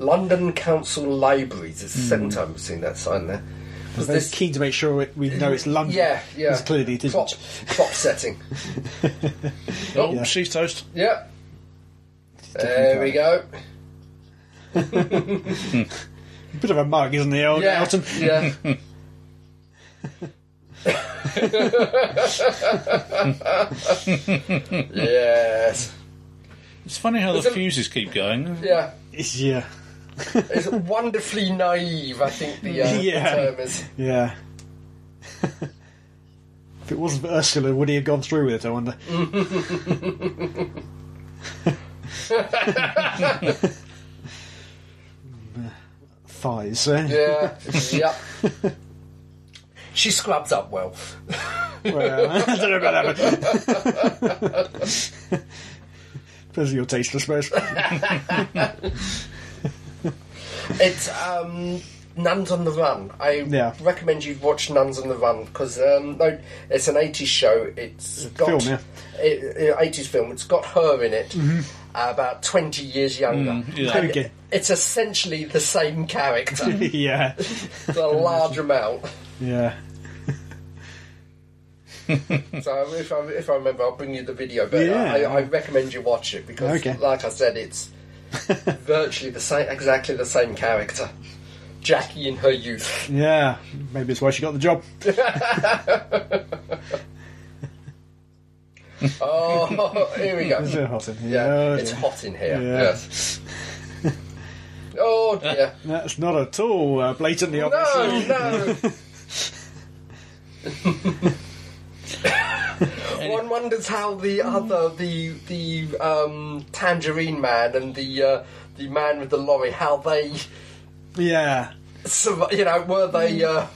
Speaker 3: London Council Libraries. It's the
Speaker 2: Mm.
Speaker 3: second time we've seen that sign there. 'Cause
Speaker 2: They're
Speaker 3: this-
Speaker 2: keen to make sure it- we know it's London.
Speaker 3: yeah, yeah.
Speaker 2: Because clearly it
Speaker 3: prop,
Speaker 2: isn't.
Speaker 3: prop setting.
Speaker 1: Oh, she's toast.
Speaker 3: Yeah. There we go.
Speaker 2: Bit of a mug, isn't he, old
Speaker 3: Yeah.
Speaker 2: Elton?
Speaker 3: Yeah. yes.
Speaker 1: It's funny how the
Speaker 3: There's a-
Speaker 1: fuses keep going.
Speaker 3: Yeah.
Speaker 2: It's- Yeah.
Speaker 3: It's wonderfully naive, I think the, uh,
Speaker 2: Yeah.
Speaker 3: the term is.
Speaker 2: Yeah. if it wasn't for Ursula, would he have gone through with it? I wonder. Thighs. Eh?
Speaker 3: Yeah, yep. She scrubs up well.
Speaker 2: Well, I don't know about that. But Depends on your taste, I suppose.
Speaker 3: It's um, Nuns on the Run. I
Speaker 2: Yeah.
Speaker 3: recommend you watch Nuns on the Run because um, no, it's an 80s show. It's got
Speaker 2: film, yeah. Mm-hmm.
Speaker 3: it- uh, 80s film. It's got her in it, uh, about 20 years younger.
Speaker 1: Mm, yeah.
Speaker 3: And
Speaker 2: Okay.
Speaker 3: It's essentially the same character,
Speaker 2: yeah.
Speaker 3: to a large amount.
Speaker 2: Yeah.
Speaker 3: So if I, if I remember, I'll bring you the video. But
Speaker 2: Yeah.
Speaker 3: I, I recommend you watch it because,
Speaker 2: Okay.
Speaker 3: like I said, it's virtually the same, exactly the same character, Jackie in her youth.
Speaker 2: Yeah. Maybe it's why she got the job.
Speaker 3: Oh, here we
Speaker 2: Is
Speaker 3: go.
Speaker 2: it hot in here?
Speaker 3: Yeah,
Speaker 2: Oh,
Speaker 3: it's
Speaker 2: dear.
Speaker 3: hot in here.
Speaker 2: Yeah.
Speaker 3: Yes. oh dear.
Speaker 2: That's not at all uh, blatantly obvious.
Speaker 3: No, no. One wonders how the other, the the um, tangerine man and the uh, the man with the lorry, how they,
Speaker 2: Yeah.
Speaker 3: survi- you know, were they?
Speaker 2: Mm.
Speaker 3: Uh,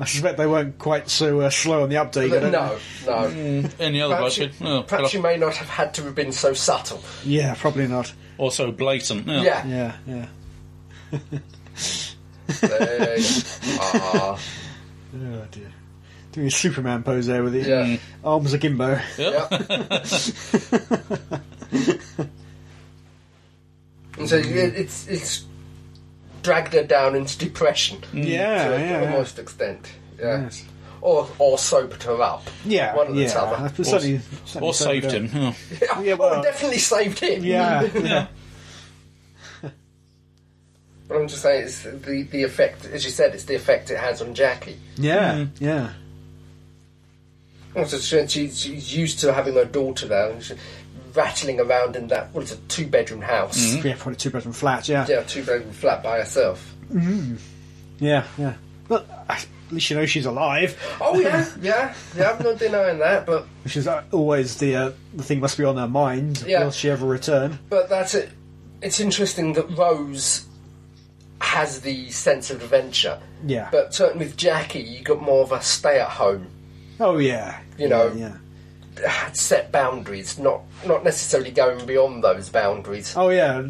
Speaker 2: I suspect they weren't quite so uh, slow on the update. I don't know. Mm.
Speaker 3: no, no.
Speaker 1: Any other
Speaker 3: Perhaps you,
Speaker 1: budget? Oh,
Speaker 3: perhaps you may not have had to have been so subtle.
Speaker 2: Yeah, probably not.
Speaker 1: or so blatant. Yeah.
Speaker 3: Yeah.
Speaker 2: Yeah, yeah.
Speaker 3: They are.
Speaker 2: Oh dear. Doing a Superman pose there with the
Speaker 3: Yeah. Mm.
Speaker 2: arms akimbo.
Speaker 1: Yeah.
Speaker 3: Yep. and so it, it's it's dragged her down into depression
Speaker 2: Yeah,
Speaker 3: to a-
Speaker 2: yeah. yeah.
Speaker 3: almost extent. Yeah.
Speaker 2: Yes.
Speaker 3: Or or soaped her up.
Speaker 2: Yeah,
Speaker 3: One or the
Speaker 2: yeah.
Speaker 3: other.
Speaker 2: That's certainly- certainly
Speaker 1: Or saved
Speaker 2: something
Speaker 1: him. Yeah.
Speaker 3: Yeah,
Speaker 2: Yeah,
Speaker 3: well,
Speaker 2: well-
Speaker 3: definitely saved him.
Speaker 2: there. Yeah, yeah.
Speaker 3: But I'm just saying, it's the the effect, as you said, it's the effect it has on Jackie.
Speaker 2: Yeah,
Speaker 1: Mm.
Speaker 2: yeah.
Speaker 3: Also, she, she, she's used to having her daughter there, and she, rattling around in that what is a two bedroom house.
Speaker 2: Yeah, probably two bedroom flat, yeah.
Speaker 3: Yeah, two bedroom flat by herself.
Speaker 2: Yeah, yeah. But uh, at least you know she's alive.
Speaker 3: Oh yeah, yeah, yeah. I'm not denying that, but
Speaker 2: Which is uh, always the uh, the thing must be on her mind.
Speaker 3: Yeah.
Speaker 2: Will she ever return?
Speaker 3: but that's it. It's interesting that Rose has the sense of adventure,
Speaker 2: Yeah.
Speaker 3: but certainly with Jackie, you got more of a stay at home,
Speaker 2: oh yeah.
Speaker 3: You know.
Speaker 2: Yeah. yeah.
Speaker 3: set boundaries, not not necessarily going beyond those boundaries.
Speaker 2: Oh yeah.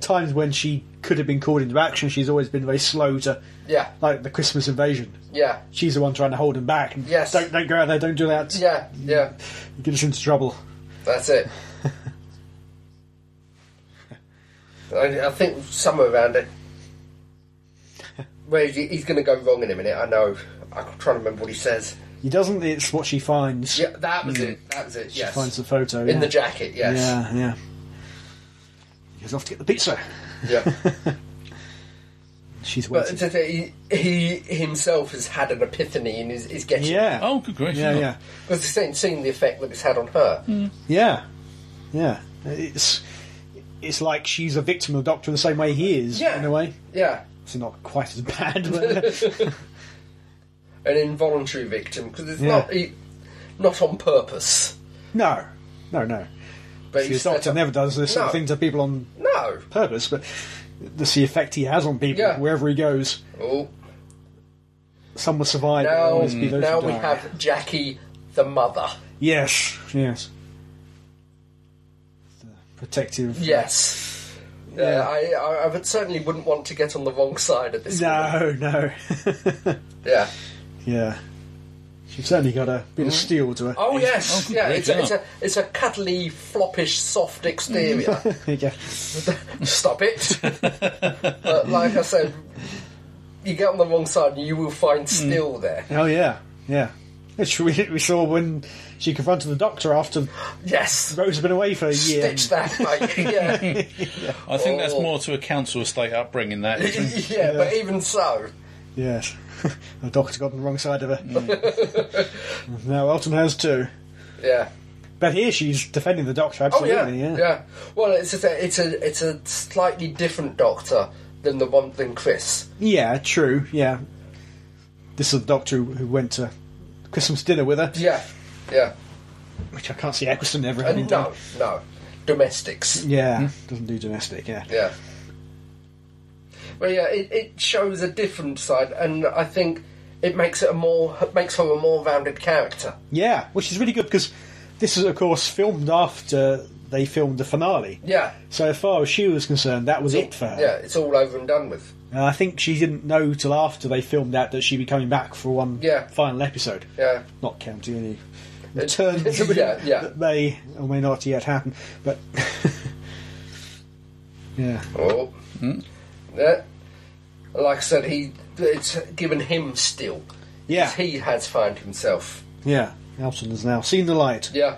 Speaker 2: Times when she could have been called into action, she's always been very slow to,
Speaker 3: Yeah,
Speaker 2: like the Christmas invasion.
Speaker 3: yeah,
Speaker 2: She's the one trying to hold him back. And
Speaker 3: Yes.
Speaker 2: Don't don't go out there. Don't do that.
Speaker 3: yeah, yeah.
Speaker 2: You get us into trouble.
Speaker 3: That's it. I, I think somewhere around it. Well, he- he's going to go wrong in a minute. I know. I'm trying to remember what he says.
Speaker 2: He doesn't. It's what she finds.
Speaker 3: Yeah, that was it. That was it.
Speaker 2: She
Speaker 3: Yes,
Speaker 2: finds the photo
Speaker 3: in
Speaker 2: yeah.
Speaker 3: the jacket. Yes.
Speaker 2: Yeah, yeah. He goes off to get the pizza.
Speaker 3: Yeah.
Speaker 2: She's
Speaker 3: But
Speaker 2: waiting.
Speaker 3: to say he, he himself has had an epiphany and is, is getting
Speaker 2: yeah.
Speaker 1: Oh, good grief.
Speaker 2: yeah, yeah,
Speaker 3: because he's saying, seeing the effect that it's had on her.
Speaker 2: yeah, yeah. It's it's like she's a victim of the Doctor in the same way he is.
Speaker 3: Yeah.
Speaker 2: in a way.
Speaker 3: Yeah,
Speaker 2: It's not quite as bad. But, uh,
Speaker 3: an involuntary victim because it's
Speaker 2: Yeah.
Speaker 3: not he, not on purpose.
Speaker 2: no, no, no.
Speaker 3: But
Speaker 2: The
Speaker 3: he's
Speaker 2: Doctor
Speaker 3: set up-
Speaker 2: never does this sort of
Speaker 3: No.
Speaker 2: thing to people on
Speaker 3: No.
Speaker 2: purpose, but that's the effect he has on people
Speaker 3: Yeah.
Speaker 2: wherever he goes.
Speaker 3: Oh,
Speaker 2: Some will survive. there will
Speaker 3: now
Speaker 2: always be those
Speaker 3: now
Speaker 2: who
Speaker 3: we
Speaker 2: die.
Speaker 3: have Jackie the mother.
Speaker 2: Yes, yes. The protective.
Speaker 3: Yes. Yeah,
Speaker 2: Yeah.
Speaker 3: I, I, I would certainly wouldn't want to get on the wrong side of this.
Speaker 2: No,
Speaker 3: woman.
Speaker 2: no.
Speaker 3: Yeah.
Speaker 2: yeah. She's certainly got a bit of steel to her.
Speaker 3: Oh yes.
Speaker 1: good
Speaker 3: yeah.
Speaker 1: grief,
Speaker 3: It's a,
Speaker 1: yeah.
Speaker 3: it's a it's a cuddly, floppish, soft exterior.
Speaker 2: There you go.
Speaker 3: Stop it. but like I said, you get on the wrong side and you will find steel there.
Speaker 2: Oh, yeah, yeah. Which we, we saw when she confronted the doctor after
Speaker 3: Yes.
Speaker 2: Rose had been away for a year.
Speaker 3: Stitch that, mate. Yeah.
Speaker 1: I think that's
Speaker 3: Oh.
Speaker 1: more to a council estate upbringing. That isn't it?
Speaker 3: yeah, but even so.
Speaker 2: Yes. the doctor got on the wrong side of her. now Elton has too.
Speaker 3: Yeah.
Speaker 2: But here she's defending the Doctor
Speaker 3: Oh
Speaker 2: absolutely.
Speaker 3: yeah,
Speaker 2: yeah.
Speaker 3: yeah, Well, it's just a, it's a it's a slightly different Doctor than the one than Chris.
Speaker 2: Yeah, true. Yeah, this is the Doctor who who went to Christmas dinner with her,
Speaker 3: Yeah, yeah.
Speaker 2: which I can't see Eccleston ever having
Speaker 3: And
Speaker 2: done.
Speaker 3: no, no, domestics.
Speaker 2: Yeah,
Speaker 3: Hmm.
Speaker 2: doesn't do domestic. Yeah,
Speaker 3: Yeah. But yeah, it, it shows a different side, and I think it makes it a more makes her a more rounded character.
Speaker 2: yeah, which is really good because this is, of course, filmed after they filmed the finale.
Speaker 3: Yeah,
Speaker 2: So as far as she was concerned, that was it for her.
Speaker 3: yeah. It's all over and done with.
Speaker 2: And I think she didn't know till after they filmed that that she'd be coming back for one
Speaker 3: Yeah.
Speaker 2: final episode.
Speaker 3: Yeah,
Speaker 2: Not counting any
Speaker 3: Uh,
Speaker 2: returns
Speaker 3: yeah, yeah.
Speaker 2: that may or may not yet happen. But yeah,
Speaker 3: Oh. Yeah. Like I said, he it's given him still.
Speaker 2: yeah,
Speaker 3: He has found himself.
Speaker 2: yeah. Elton has now seen the light.
Speaker 3: Yeah.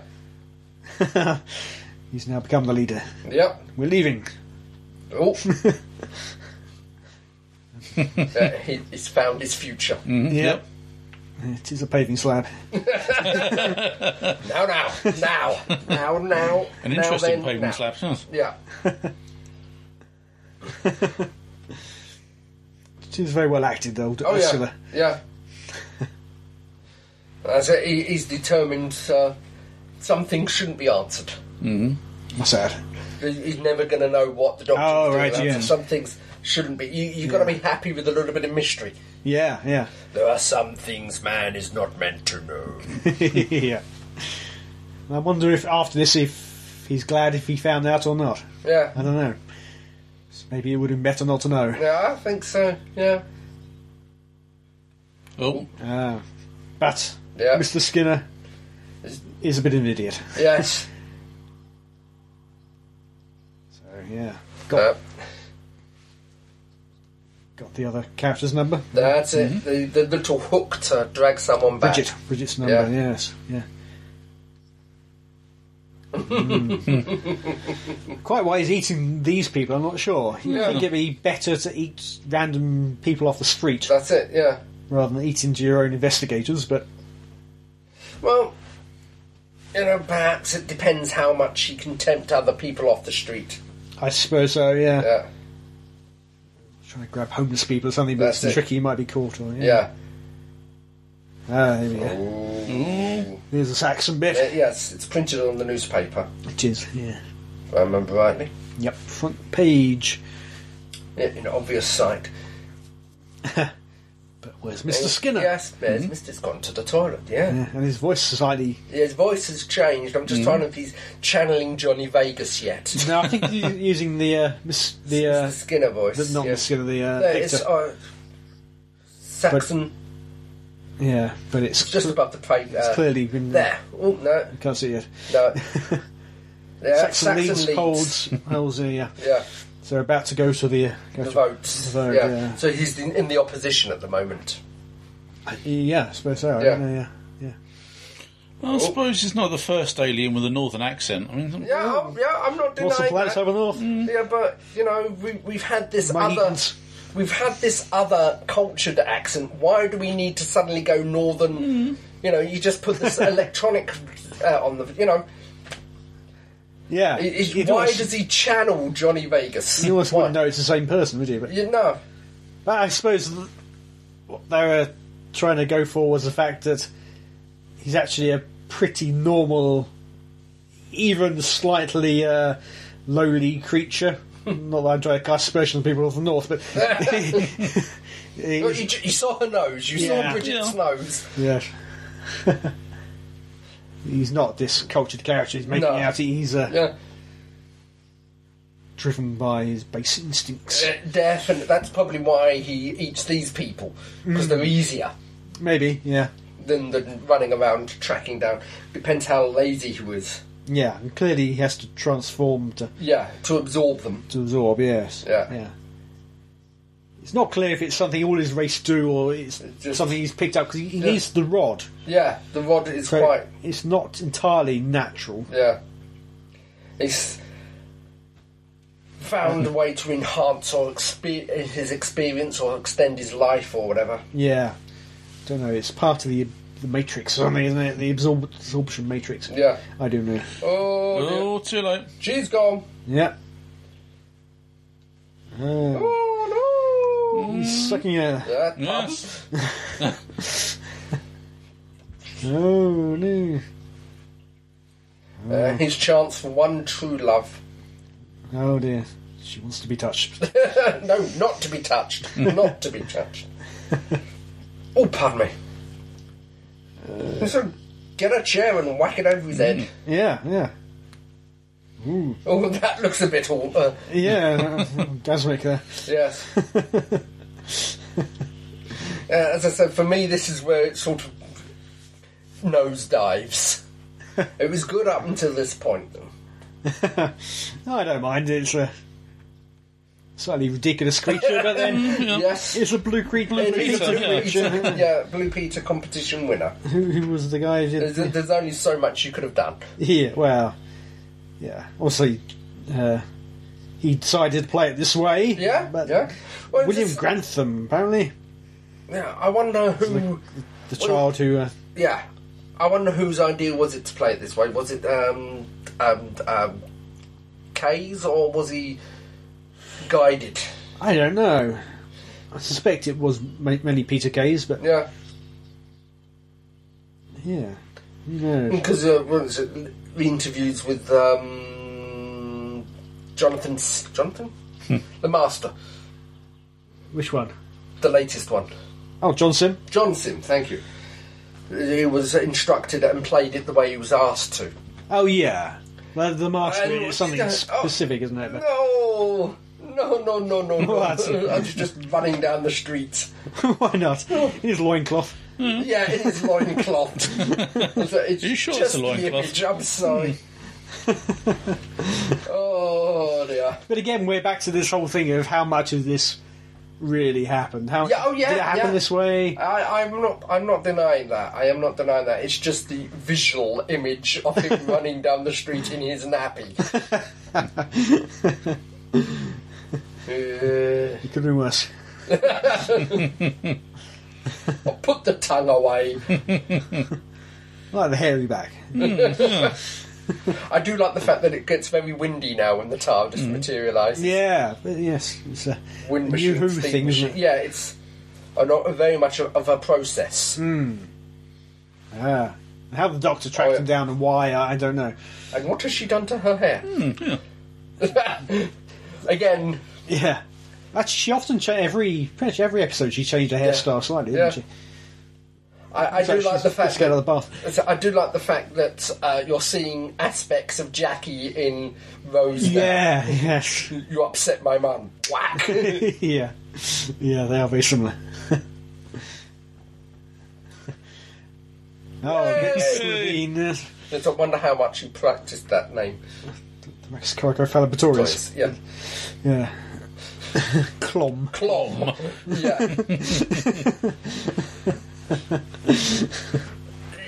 Speaker 2: He's now become the leader.
Speaker 3: Yep.
Speaker 2: We're leaving.
Speaker 3: Oh. yeah, he, he's found his future.
Speaker 2: Hmm.
Speaker 1: Yep.
Speaker 2: It is a paving slab.
Speaker 3: Now, now, now, now, now.
Speaker 1: An
Speaker 3: now,
Speaker 1: interesting
Speaker 3: then,
Speaker 1: pavement
Speaker 3: now.
Speaker 1: slap. huh?
Speaker 3: Yeah.
Speaker 2: It is very well acted, though.
Speaker 3: Oh yeah.
Speaker 2: Ursula.
Speaker 3: Yeah. That's it. He, he's determined. Uh, something shouldn't be answered.
Speaker 2: What's that?
Speaker 3: He- He's never going to know what the doctor's
Speaker 2: Oh,
Speaker 3: doing.
Speaker 2: right,
Speaker 3: That's-
Speaker 2: yeah.
Speaker 3: Some things shouldn't be. You, you've got to be happy with a little bit of mystery.
Speaker 2: Yeah, yeah.
Speaker 3: There are some things man is not meant to know.
Speaker 2: yeah. I wonder if after this, if he's glad if he found out or not. I
Speaker 3: Yeah.
Speaker 2: don't know. Maybe it would have been better not to know.
Speaker 3: Yeah, I think so. Yeah.
Speaker 1: Oh,
Speaker 2: Ah. but
Speaker 3: Yeah.
Speaker 2: Mr. Uh, Skinner is- is a bit of an idiot.
Speaker 3: Yes.
Speaker 2: So yeah, got
Speaker 3: Uh,
Speaker 2: got the other character's number.
Speaker 3: that's it. The, the little hook to drag someone back.
Speaker 2: Mm-hmm. Bridget, Bridget's number.
Speaker 3: Yeah.
Speaker 2: Yes, yeah. Mm. Quite why he's eating these people, I'm not sure. You
Speaker 3: Yeah.
Speaker 2: think it'd be better to eat random people off the street
Speaker 3: That's it. Yeah.
Speaker 2: rather than eating to your own investigators, but
Speaker 3: Well, you know, perhaps it depends how much he can tempt other people off the street. Uh,
Speaker 2: I suppose so, yeah.
Speaker 3: Yeah.
Speaker 2: Trying to grab homeless people or something, but
Speaker 3: That's
Speaker 2: it's
Speaker 3: it.
Speaker 2: tricky, you might be caught on. Yeah.
Speaker 3: Yeah.
Speaker 2: Ah, there we go.
Speaker 3: Ooh.
Speaker 2: There's a Saxon
Speaker 3: Uh,
Speaker 2: bit.
Speaker 3: yes, it's printed on the newspaper.
Speaker 2: It is, yeah.
Speaker 3: If I remember rightly.
Speaker 2: Yep, front page.
Speaker 3: Yeah, in obvious sight.
Speaker 2: But where's Mr. Skinner? Hmm.
Speaker 3: Yes, there's Mr. has gone to the toilet. Yeah.
Speaker 2: Yeah, and his voice is slightly.
Speaker 3: His voice has changed. I'm just
Speaker 2: Hmm.
Speaker 3: trying to if he's channeling Johnny Vegas yet.
Speaker 2: No, I think he's using the uh, Miss the uh,
Speaker 3: Mr. Skinner voice.
Speaker 2: the, not Miss
Speaker 3: yes.
Speaker 2: Skinner, the uh,
Speaker 3: No,
Speaker 2: Victor.
Speaker 3: it's uh, Saxon,
Speaker 2: yeah, but it's
Speaker 3: just
Speaker 2: cl-
Speaker 3: above the plate. Uh,
Speaker 2: clearly been
Speaker 3: There. Oh no,
Speaker 2: I can't see it.
Speaker 3: no. Yeah,
Speaker 2: Saxon, leads, holds holds the. Uh,
Speaker 3: Yeah,
Speaker 2: so about to go to the. Uh, go
Speaker 3: the
Speaker 2: to-
Speaker 3: votes.
Speaker 2: The vote,
Speaker 3: yeah.
Speaker 2: yeah.
Speaker 3: So he's in, in the opposition at the moment.
Speaker 2: Yeah, I suppose so. I
Speaker 3: Yeah.
Speaker 2: don't know, yeah. yeah.
Speaker 1: I suppose he's not the first alien with a northern accent. I mean,
Speaker 3: Yeah,
Speaker 2: Mm.
Speaker 3: I'm, yeah. I'm not denying
Speaker 2: What's the place
Speaker 3: that.
Speaker 2: over north?
Speaker 3: Yeah, but you know, we, we've had this
Speaker 2: Mohicans.
Speaker 3: Mm, other. We've had this other cultured accent. Why do we need to suddenly go northern?
Speaker 2: Mm.
Speaker 3: You know, you just put this electronic uh, on the. You know,
Speaker 2: Yeah.
Speaker 3: It- it-
Speaker 2: You'd
Speaker 3: why
Speaker 2: always-
Speaker 3: does he channel Johnny Vegas?
Speaker 2: You almost
Speaker 3: Why?
Speaker 2: wouldn't know it's the same person, would you? But,
Speaker 3: You know,
Speaker 2: but I suppose th- what they were trying to go for was the fact that he's actually a pretty normal, even slightly uh, lowly creature. Not that I'm trying to cast aspersions on people from the north, but
Speaker 3: you, ju- you saw her nose. You
Speaker 2: Yeah.
Speaker 3: saw Bridget's
Speaker 1: Yeah.
Speaker 3: nose.
Speaker 2: yeah. He's not this cultured character. He's making
Speaker 3: No.
Speaker 2: out he's uh,
Speaker 3: Yeah,
Speaker 2: driven by his base instincts.
Speaker 3: definitely. Uh, That's probably why he eats these people because they're
Speaker 2: Mm.
Speaker 3: easier
Speaker 2: Maybe, yeah,
Speaker 3: than than running around tracking down. Depends how lazy he was.
Speaker 2: yeah. And clearly, he has to transform to
Speaker 3: Yeah, to absorb them.
Speaker 2: to absorb. Yes.
Speaker 3: Yeah.
Speaker 2: Yeah. It's not clear if it's something all his race do or it's
Speaker 3: just-
Speaker 2: something he's picked up because he, he
Speaker 3: Yeah.
Speaker 2: needs the rod.
Speaker 3: Yeah, the rod is
Speaker 2: So
Speaker 3: quite.
Speaker 2: it's not entirely natural.
Speaker 3: Yeah, he's found a way to enhance or expe- his experience or extend his life or whatever.
Speaker 2: Yeah. Don't know. It's part of the the matrix or something, isn't it? The absorb- absorption matrix.
Speaker 3: Yeah.
Speaker 2: I do know.
Speaker 3: Oh,
Speaker 1: Oh, too late.
Speaker 3: dear. she's gone.
Speaker 2: Yeah. Uh,
Speaker 3: Oh no.
Speaker 2: he's sucking her.
Speaker 3: That
Speaker 1: Yes.
Speaker 2: Oh no.
Speaker 3: Uh, his chance for one true love.
Speaker 2: Oh dear. She wants to be touched.
Speaker 3: no, not to be touched. not to be touched. Oh, pardon me.
Speaker 2: Uh.
Speaker 3: so get a chair and whack it over his
Speaker 2: Mm.
Speaker 3: head.
Speaker 2: yeah, yeah. Ooh.
Speaker 3: Oh, that looks a bit all. Uh,
Speaker 2: Yeah, uh, Gaswick there.
Speaker 3: yes. uh, as I said, for me, this is where it sort of nosedives. it was good up until this point, though.
Speaker 2: No, I don't mind. It's a slightly ridiculous creature,
Speaker 1: Mm,
Speaker 2: but then
Speaker 3: Yes.
Speaker 2: it's a blue creek blue
Speaker 3: It is
Speaker 1: Peter,
Speaker 3: Blue
Speaker 1: yeah.
Speaker 3: Peter, yeah, Blue Peter competition winner.
Speaker 2: Who, who was the guy? Who
Speaker 3: There's,
Speaker 2: did
Speaker 3: there's only so much you could have done.
Speaker 2: here? Well, yeah. Also, uh, he decided to play it this way.
Speaker 3: Yeah,
Speaker 2: but
Speaker 3: yeah. Well,
Speaker 2: William
Speaker 3: this-
Speaker 2: Grantham, apparently,
Speaker 3: Yeah, I wonder who.
Speaker 2: the
Speaker 3: Well-
Speaker 2: child who. Uh,
Speaker 3: Yeah, I wonder whose idea was it to play it this way. Was it um, um, um, Kay's or was he guided?
Speaker 2: I don't know. I suspect it was ma- mainly Peter Gaze, but
Speaker 3: Yeah,
Speaker 2: yeah, who knows?
Speaker 3: because uh, what was it, the interviews with um, Jonathan S- Jonathan, the master,
Speaker 2: Which one?
Speaker 3: the latest one.
Speaker 2: Oh, Johnson.
Speaker 3: John Sim, thank you. He was instructed and played it the way he was asked to.
Speaker 2: Oh yeah, the, the master
Speaker 3: And-
Speaker 2: is something
Speaker 3: yeah, oh.
Speaker 2: specific, isn't it? But,
Speaker 3: No, no, no, no, no, no.
Speaker 2: That's-
Speaker 3: I was just running down the street.
Speaker 2: why not? His loincloth.
Speaker 3: Yeah, it is loincloth. so it's
Speaker 1: Are you sure it's
Speaker 3: just
Speaker 1: a loincloth?
Speaker 3: The image, I'm sorry. oh dear.
Speaker 2: But again, we're back to this whole thing of how much of this really happened. How
Speaker 3: Yeah, oh, yeah,
Speaker 2: did it happen
Speaker 3: yeah.
Speaker 2: this way?
Speaker 3: I, I'm not. I'm not denying that. I am not denying that. It's just the visual image of him running down the street in his nappy. Uh,
Speaker 2: It could have been worse.
Speaker 3: I'll put the tongue away.
Speaker 2: Like the hairy back.
Speaker 3: I do like the fact that it gets very windy now when the tile
Speaker 1: Mm.
Speaker 3: just materialises.
Speaker 2: Yeah, but yes, it's uh, a
Speaker 3: Wind
Speaker 2: a new
Speaker 3: machine,
Speaker 2: Who
Speaker 3: steam
Speaker 2: thing,
Speaker 3: machine.
Speaker 2: isn't it?
Speaker 3: Yeah, it's a, lot- very much of, of a process.
Speaker 2: Ah. How the doctor tracked
Speaker 3: Oh, yeah.
Speaker 2: him down and why, I I don't know.
Speaker 3: And what has she done to her hair?
Speaker 1: Mm,
Speaker 3: Again,
Speaker 2: Yeah. Actually, she often cha- every pretty much every episode she changed her hairstyle slightly,
Speaker 3: Yeah.
Speaker 2: didn't she?
Speaker 3: I, I do
Speaker 2: So
Speaker 3: like
Speaker 2: she's-
Speaker 3: the
Speaker 2: let's
Speaker 3: fact.
Speaker 2: get out
Speaker 3: That,
Speaker 2: of the bath.
Speaker 3: so I do like the fact that uh, you're seeing aspects of Jackie in Rose. now.
Speaker 2: Yeah, yes,
Speaker 3: you upset my mum. Whack.
Speaker 2: yeah, yeah. They are very similar. oh, Nick
Speaker 1: Yay!
Speaker 2: Levine, uh,
Speaker 3: Just I wonder how much you practiced that name.
Speaker 2: Max Corrico Falabatorius.
Speaker 3: Joyce, Yeah,
Speaker 2: Yeah. Clom.
Speaker 3: Clom. Yeah.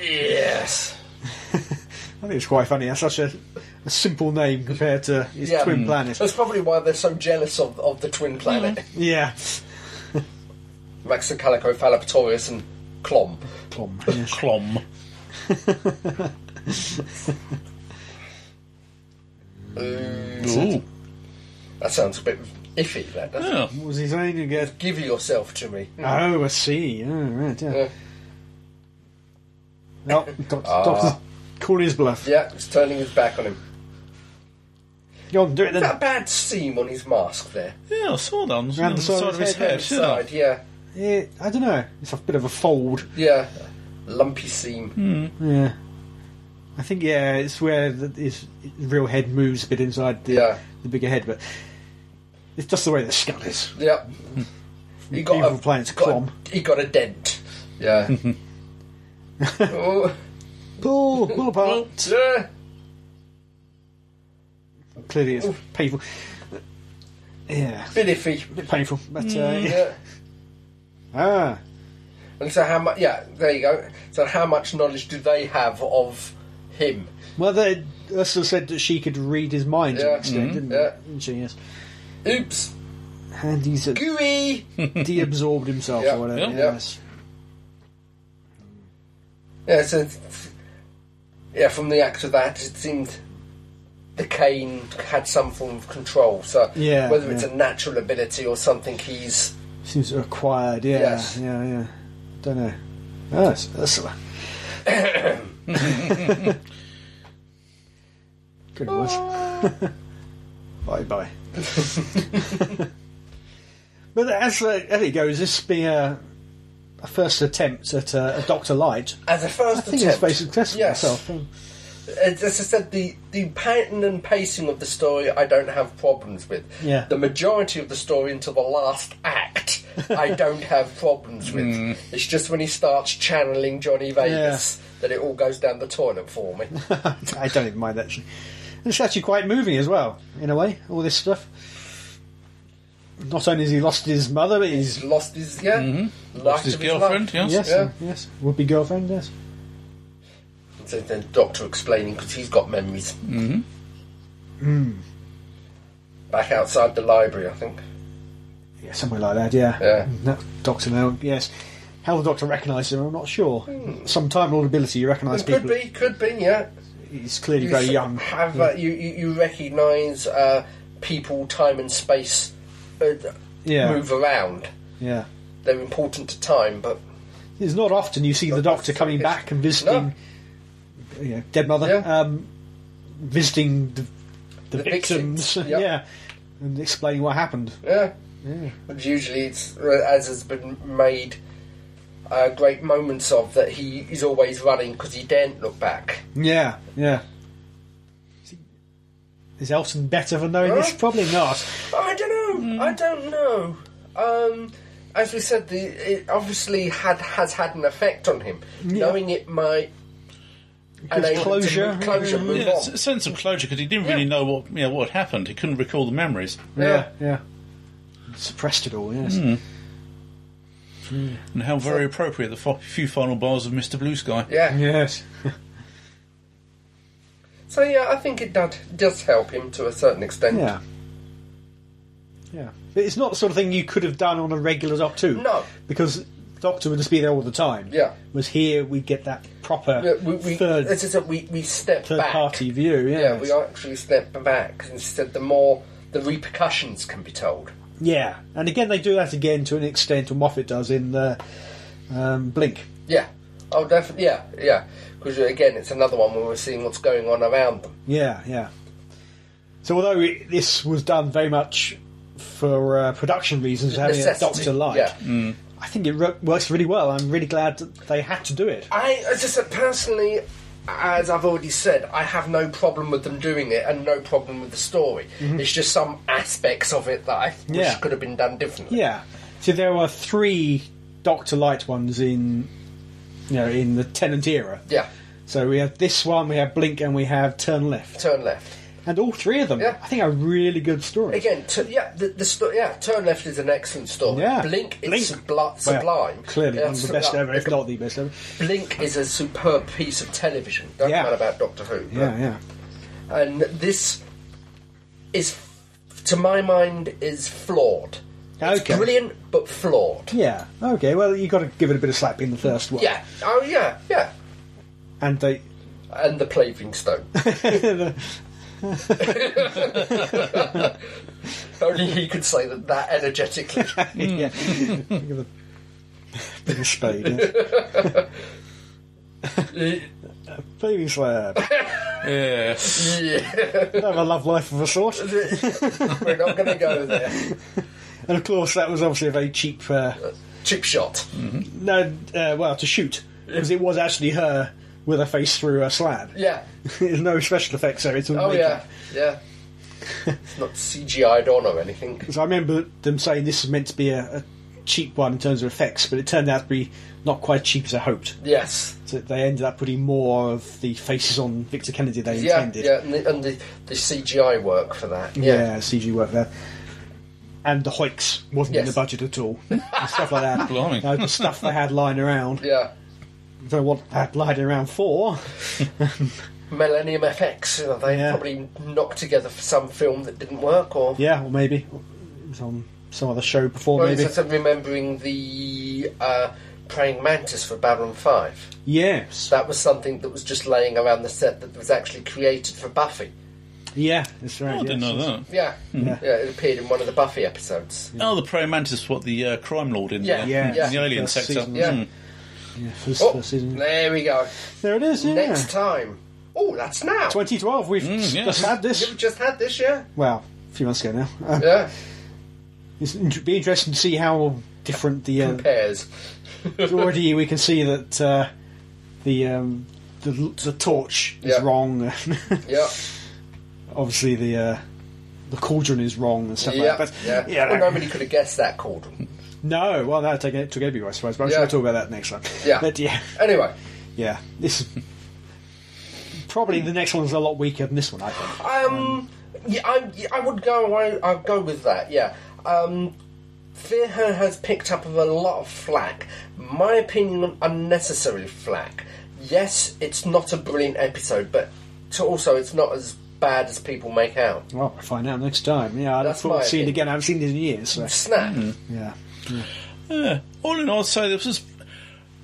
Speaker 3: yes.
Speaker 2: I think it's quite funny. That's such a, a simple name compared to his
Speaker 3: Yeah. Mm.
Speaker 2: twin planet. Mm-hmm.
Speaker 3: That's probably why they're so jealous of, of the twin planet,
Speaker 2: Yeah.
Speaker 3: Maxicalico Phalapatorius and Clom.
Speaker 2: Clom. yes.
Speaker 1: Clom. Ooh.
Speaker 3: That sounds a bit iffy, that doesn't
Speaker 1: Yeah.
Speaker 2: What was his name again?
Speaker 3: it? Give yourself to me.
Speaker 2: Oh, I see. Oh, right, yeah.
Speaker 3: Yeah.
Speaker 2: No, doc- Doctor's calling his bluff.
Speaker 3: Yeah, he's turning his back on him.
Speaker 2: Go on, do it
Speaker 3: That
Speaker 2: then.
Speaker 3: bad seam on his mask there.
Speaker 1: Yeah, I saw that on the,
Speaker 2: Round
Speaker 1: on
Speaker 2: the
Speaker 1: the
Speaker 2: side
Speaker 1: side,
Speaker 2: of
Speaker 1: of
Speaker 2: his
Speaker 1: his
Speaker 2: head,
Speaker 1: head. yeah.
Speaker 3: Side, yeah.
Speaker 2: Yeah, I don't know. It's a bit of a fold.
Speaker 3: Yeah. Lumpy seam.
Speaker 2: Yeah. I think, yeah, it's where the, his his real head moves a bit inside the,
Speaker 3: Yeah.
Speaker 2: the bigger head, but it's just the way the skull is.
Speaker 3: Yep. He
Speaker 2: Evil planet's
Speaker 3: got a-
Speaker 2: Clom.
Speaker 3: he got a dent. Yeah. oh,
Speaker 2: Pull, pull apart.
Speaker 3: yeah.
Speaker 2: Clearly, it's painful. Yeah,
Speaker 3: Bit iffy.
Speaker 2: a bit painful, but uh, yeah.
Speaker 3: Mm. Yeah.
Speaker 2: ah,
Speaker 3: And so how much? Yeah, there you go. So how much knowledge do they have of him?
Speaker 2: well, they Ursula said that she could read his mind to an
Speaker 3: Yeah. Mm-hmm.
Speaker 2: extent, didn't
Speaker 3: Yeah.
Speaker 2: didn't she? Yes,
Speaker 3: Oops.
Speaker 2: and he's uh,
Speaker 3: Gooey.
Speaker 2: deabsorbed himself
Speaker 3: Yeah.
Speaker 2: or whatever.
Speaker 1: Yeah.
Speaker 2: Yes.
Speaker 3: Yeah, so yeah, from the act of that, it seemed the cane had some form of control. So
Speaker 2: Yeah,
Speaker 3: whether it's
Speaker 2: yeah.
Speaker 3: a natural ability or something, he's
Speaker 2: Seems acquired, yeah,
Speaker 3: Yes.
Speaker 2: yeah, yeah. Don't know. Oh, that's, that's good one. bye bye. but as uh, as it goes, this being a, a first attempt at uh, a Doctor Light,
Speaker 3: as a first
Speaker 2: I think it's
Speaker 3: attempt.
Speaker 2: very successful
Speaker 3: Yes.
Speaker 2: itself.
Speaker 3: As as I said, the the pattern and pacing of the story, I don't have problems with.
Speaker 2: Yeah.
Speaker 3: The majority of the story until the last act, I don't have problems with.
Speaker 2: Hmm.
Speaker 3: It's just when he starts channeling Johnny Vegas that it all goes down the toilet for me.
Speaker 2: I don't even mind actually. And it's actually quite moving as well, in a way. All this stuff. Not only has he lost his mother, but he's
Speaker 3: He's lost his yeah,
Speaker 1: Mm-hmm. Lost his girlfriend, yes.
Speaker 2: Yes,
Speaker 3: Yeah.
Speaker 2: yes. Would be girlfriend, yes.
Speaker 3: So then Doctor explaining because he's got memories. Mm-hmm.
Speaker 2: Hmm.
Speaker 3: Back outside the library, I think.
Speaker 2: Yeah, somewhere like that, yeah.
Speaker 3: Yeah.
Speaker 2: No, doctor now, yes. How the doctor recognised him, I'm not sure. Some time lord ability, you recognise
Speaker 3: Hmm. It could
Speaker 2: people.
Speaker 3: be, could be, yeah.
Speaker 2: He's clearly
Speaker 3: You
Speaker 2: very
Speaker 3: s-
Speaker 2: young.
Speaker 3: Have
Speaker 2: Yeah.
Speaker 3: uh, you you, you recognise uh, people, time, and space uh,
Speaker 2: Yeah.
Speaker 3: move around?
Speaker 2: Yeah.
Speaker 3: They're important to time, but
Speaker 2: It's not often you see the doctor coming back and visiting you know, dead mother,
Speaker 3: Yeah.
Speaker 2: um, visiting the, the,
Speaker 3: The
Speaker 2: victims,
Speaker 3: victims, yep.
Speaker 2: yeah, and explaining what happened.
Speaker 3: yeah. But usually, it's uh, as has been made uh, great moments of that he is always running because he daren't look back.
Speaker 2: Yeah, yeah. Is Elton better for knowing this?
Speaker 3: Huh?
Speaker 2: Probably not.
Speaker 3: I don't
Speaker 2: Hmm.
Speaker 3: know. I don't know. Um, as we said, the, it obviously had has had an effect on him.
Speaker 2: Yeah.
Speaker 3: Knowing it might enable him to
Speaker 2: closure,
Speaker 3: move- closure,
Speaker 2: yeah,
Speaker 3: move
Speaker 1: Yeah,
Speaker 3: on.
Speaker 1: s- sense of closure because he didn't really
Speaker 3: Yeah.
Speaker 1: know what you know, what had happened. He couldn't recall the memories,
Speaker 2: Yeah, Hmm. yeah. Suppressed it all, yes.
Speaker 1: and how very appropriate the fo- few final bars of Mister Blue Sky.
Speaker 3: Yeah.
Speaker 2: Yes.
Speaker 3: So yeah, I think it does does help him to a certain extent.
Speaker 2: Yeah. Yeah. But it's not the sort of thing you could have done on a regular Doc 2.
Speaker 3: No.
Speaker 2: Because Doctor would just be there all the time.
Speaker 3: Yeah.
Speaker 2: Was here we get that proper
Speaker 3: Yeah, We, we,
Speaker 2: third,
Speaker 3: as I said, we, we step
Speaker 2: third
Speaker 3: back.
Speaker 2: party view, yes.
Speaker 3: Yeah, we actually step back. Instead, the more the repercussions can be told.
Speaker 2: Yeah. And again, they do that again to an extent, or Moffat does in the um, Blink.
Speaker 3: Yeah. Oh, definitely. Yeah, yeah. Because again, it's another one where we're seeing what's going on around them.
Speaker 2: Yeah, yeah. So although it, this was done very much for uh, production reasons, having a
Speaker 3: Necessity,
Speaker 2: Doctor Light,
Speaker 3: yeah.
Speaker 2: I think it ro- works really well. I'm really glad that they had to do it.
Speaker 3: I as I said, personally, as I've already said, I have no problem with them doing it and no problem with the story. It's just some aspects of it that I wish
Speaker 2: Mm-hmm. Yeah.
Speaker 3: could have been done differently.
Speaker 2: Yeah. So there were three Doctor Light ones in, you know, in the Tennant era.
Speaker 3: Yeah.
Speaker 2: So we have this one, we have Blink, and we have Turn Left,
Speaker 3: Turn left
Speaker 2: and all three of them,
Speaker 3: Yeah.
Speaker 2: I think, are really good stories.
Speaker 3: again. T- yeah, the, the sto- yeah. Turn left is an excellent story.
Speaker 2: Yeah.
Speaker 3: Blink is
Speaker 2: Blink.
Speaker 3: subli-
Speaker 2: Well,
Speaker 3: sublime.
Speaker 2: clearly,
Speaker 3: Yeah,
Speaker 2: one of the best
Speaker 3: sublime.
Speaker 2: ever, if not the best ever.
Speaker 3: Blink is a superb piece of television. Don't
Speaker 2: Yeah.
Speaker 3: matter about Doctor Who. but-
Speaker 2: Yeah, yeah.
Speaker 3: and this is, to my mind, is flawed. It's
Speaker 2: Okay.
Speaker 3: brilliant, but flawed.
Speaker 2: Yeah. Okay. Well, you got to give it a bit of slap in the first one.
Speaker 3: Yeah. Oh yeah. Yeah.
Speaker 2: And they.
Speaker 3: And the plaving stone. Only he could say that that energetically.
Speaker 2: yeah. Give a bit of spade. Yeah. Paving slab.
Speaker 1: Yes,
Speaker 3: Yeah.
Speaker 2: uh, Have a love life of a sort.
Speaker 3: We're not going to go there.
Speaker 2: And of course, that was obviously a very cheap. Uh,
Speaker 3: Chip shot.
Speaker 2: no, uh, well, to shoot because it was actually her with her face through a slab.
Speaker 3: Yeah.
Speaker 2: There's no special effects there. It's all
Speaker 3: Oh
Speaker 2: makeup.
Speaker 3: yeah. Yeah. It's not CGI'd on or anything.
Speaker 2: So I remember them saying this is meant to be a, a cheap one in terms of effects, but it turned out to be not quite cheap as I hoped.
Speaker 3: Yes.
Speaker 2: So they ended up putting more of the faces on Victor Kennedy they
Speaker 3: Yeah.
Speaker 2: intended.
Speaker 3: Yeah. And the, and the, the CGI work for that.
Speaker 2: yeah.
Speaker 3: Yeah.
Speaker 2: CG work there. And the hoiks wasn't in
Speaker 3: Yes.
Speaker 2: the budget at all. And stuff like that.
Speaker 1: Blimey.
Speaker 2: No, the stuff they had lying around.
Speaker 3: Yeah.
Speaker 2: Don't know what they had lying around for.
Speaker 3: Millennium FX. You know, they
Speaker 2: Yeah.
Speaker 3: probably knocked together for some film that didn't work or.
Speaker 2: Yeah, or maybe it was on some other show before.
Speaker 3: Well,
Speaker 2: maybe
Speaker 3: it's just remembering the uh, praying mantis for Baron Five.
Speaker 2: Yes.
Speaker 3: That was something that was just laying around the set that was actually created for Buffy.
Speaker 2: Yeah, that's
Speaker 1: Oh,
Speaker 2: right.
Speaker 1: I
Speaker 2: yes,
Speaker 1: didn't know
Speaker 2: yes.
Speaker 1: that.
Speaker 3: Yeah,
Speaker 2: Yeah.
Speaker 3: yeah, it appeared in one of the Buffy episodes.
Speaker 1: Oh, the praying mantis, what the uh, crime lord in
Speaker 3: Yeah,
Speaker 1: the,
Speaker 2: yeah.
Speaker 1: in
Speaker 2: Yeah.
Speaker 1: the alien
Speaker 2: First
Speaker 1: sector.
Speaker 2: season,
Speaker 3: Yeah.
Speaker 1: Mm.
Speaker 2: Yeah, first,
Speaker 3: Oh,
Speaker 2: first season.
Speaker 3: there we go.
Speaker 2: There it is. Yeah.
Speaker 3: Next time. Oh, that's now.
Speaker 2: 2012. We've
Speaker 1: yeah.
Speaker 2: just had this.
Speaker 3: You've just had this, yeah?
Speaker 2: Well, a few months ago now. Uh,
Speaker 3: Yeah.
Speaker 2: It's in- be interesting to see how different the. Uh,
Speaker 3: Compares.
Speaker 2: already we can see that uh, the um, the the torch is
Speaker 3: Yeah.
Speaker 2: wrong.
Speaker 3: Yeah.
Speaker 2: Obviously the. Uh, the cauldron is wrong and stuff
Speaker 3: Yeah.
Speaker 2: like that.
Speaker 3: yeah.
Speaker 2: But, yeah,
Speaker 3: Well,
Speaker 2: no.
Speaker 3: nobody could have guessed that cauldron.
Speaker 2: no, well, that took, it took everybody, I suppose, but I'm sure
Speaker 3: Yeah.
Speaker 2: we'll talk about that next time.
Speaker 3: Yeah.
Speaker 2: But yeah,
Speaker 3: Anyway,
Speaker 2: yeah. This is probably the next one's a lot weaker than this one, I think.
Speaker 3: um, yeah, I, yeah, I would go away, I'd go with that, yeah. Um, Fear Her has picked up a lot of flack. My opinion, unnecessary flack. Yes, it's not a brilliant episode, but to also it's not as bad as people make out.
Speaker 2: Well, we'll find out next time. Yeah, I look
Speaker 3: That's
Speaker 2: forward
Speaker 3: my
Speaker 2: to seeing it
Speaker 3: opinion.
Speaker 2: again. I haven't seen it in years, so
Speaker 3: Snap.
Speaker 2: yeah.
Speaker 1: Yeah. All in all, so this was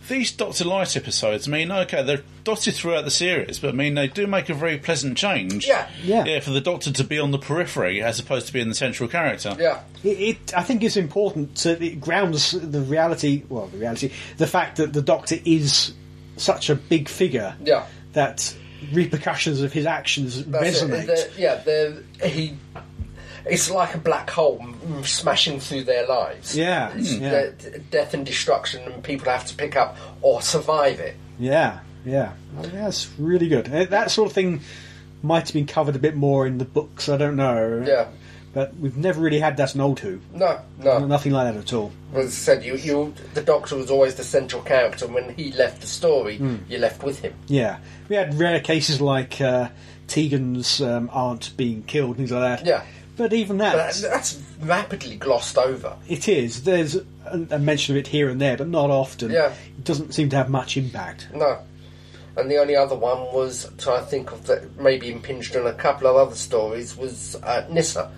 Speaker 1: these Doctor Light episodes. I mean, okay, they're dotted throughout the series, but I mean, they do make a very pleasant change.
Speaker 3: Yeah.
Speaker 2: Yeah.
Speaker 1: Yeah, for the Doctor to be on the periphery as opposed to being the central character.
Speaker 3: Yeah.
Speaker 2: It, it, I think it's important to it grounds the reality. Well, the reality, the fact that the Doctor is such a big figure
Speaker 3: Yeah.
Speaker 2: that repercussions of his actions
Speaker 3: That's it.
Speaker 2: resonate.
Speaker 3: They're- yeah, they're, he. It's like a black hole mm, smashing through their lives.
Speaker 2: yeah, Hmm. yeah,
Speaker 3: The- the death and destruction, and people have to pick up or survive it.
Speaker 2: yeah, yeah. I think that's really good. Uh, That sort of thing might have been covered a bit more in the books. I don't know.
Speaker 3: Yeah.
Speaker 2: but we've never really had that in old Who.
Speaker 3: No, no.
Speaker 2: Nothing like that at all.
Speaker 3: As I said, you, you, the Doctor was always the central character. and When he left the story, you're left with him.
Speaker 2: Yeah, we had rare cases like uh, Tegan's um, aunt being killed, things like that.
Speaker 3: Yeah.
Speaker 2: But even
Speaker 3: But uh,
Speaker 2: that,
Speaker 3: that's rapidly glossed over.
Speaker 2: It is. There's a, a mention of it here and there, but not often.
Speaker 3: Yeah.
Speaker 2: It doesn't seem to have much impact.
Speaker 3: No. And the only other one was, trying to think of that, maybe impinged on a couple of other stories, was uh, Nissa.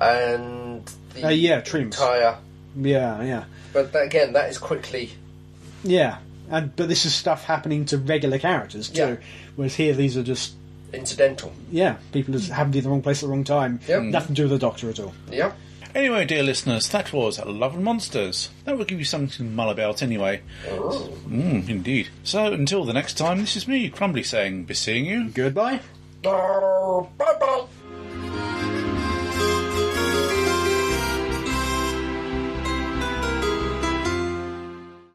Speaker 3: And the
Speaker 2: Uh, yeah, Trims.
Speaker 3: entire.
Speaker 2: Yeah, yeah,
Speaker 3: But that, again, that is quickly.
Speaker 2: yeah. And but this is stuff happening to regular characters too.
Speaker 3: Yeah.
Speaker 2: Whereas here, these are just
Speaker 3: incidental.
Speaker 2: yeah, people just happen to be in the wrong place at the wrong time.
Speaker 3: Yep.
Speaker 2: Nothing to do with the Doctor at all.
Speaker 3: Yeah.
Speaker 1: Anyway, dear listeners, that was Love and Monsters. That will give you something to mull about anyway.
Speaker 3: Oh.
Speaker 1: Mm, indeed. So until the next time, this is me, Crumbly, saying, be seeing you.
Speaker 2: Goodbye.
Speaker 3: Bye bye.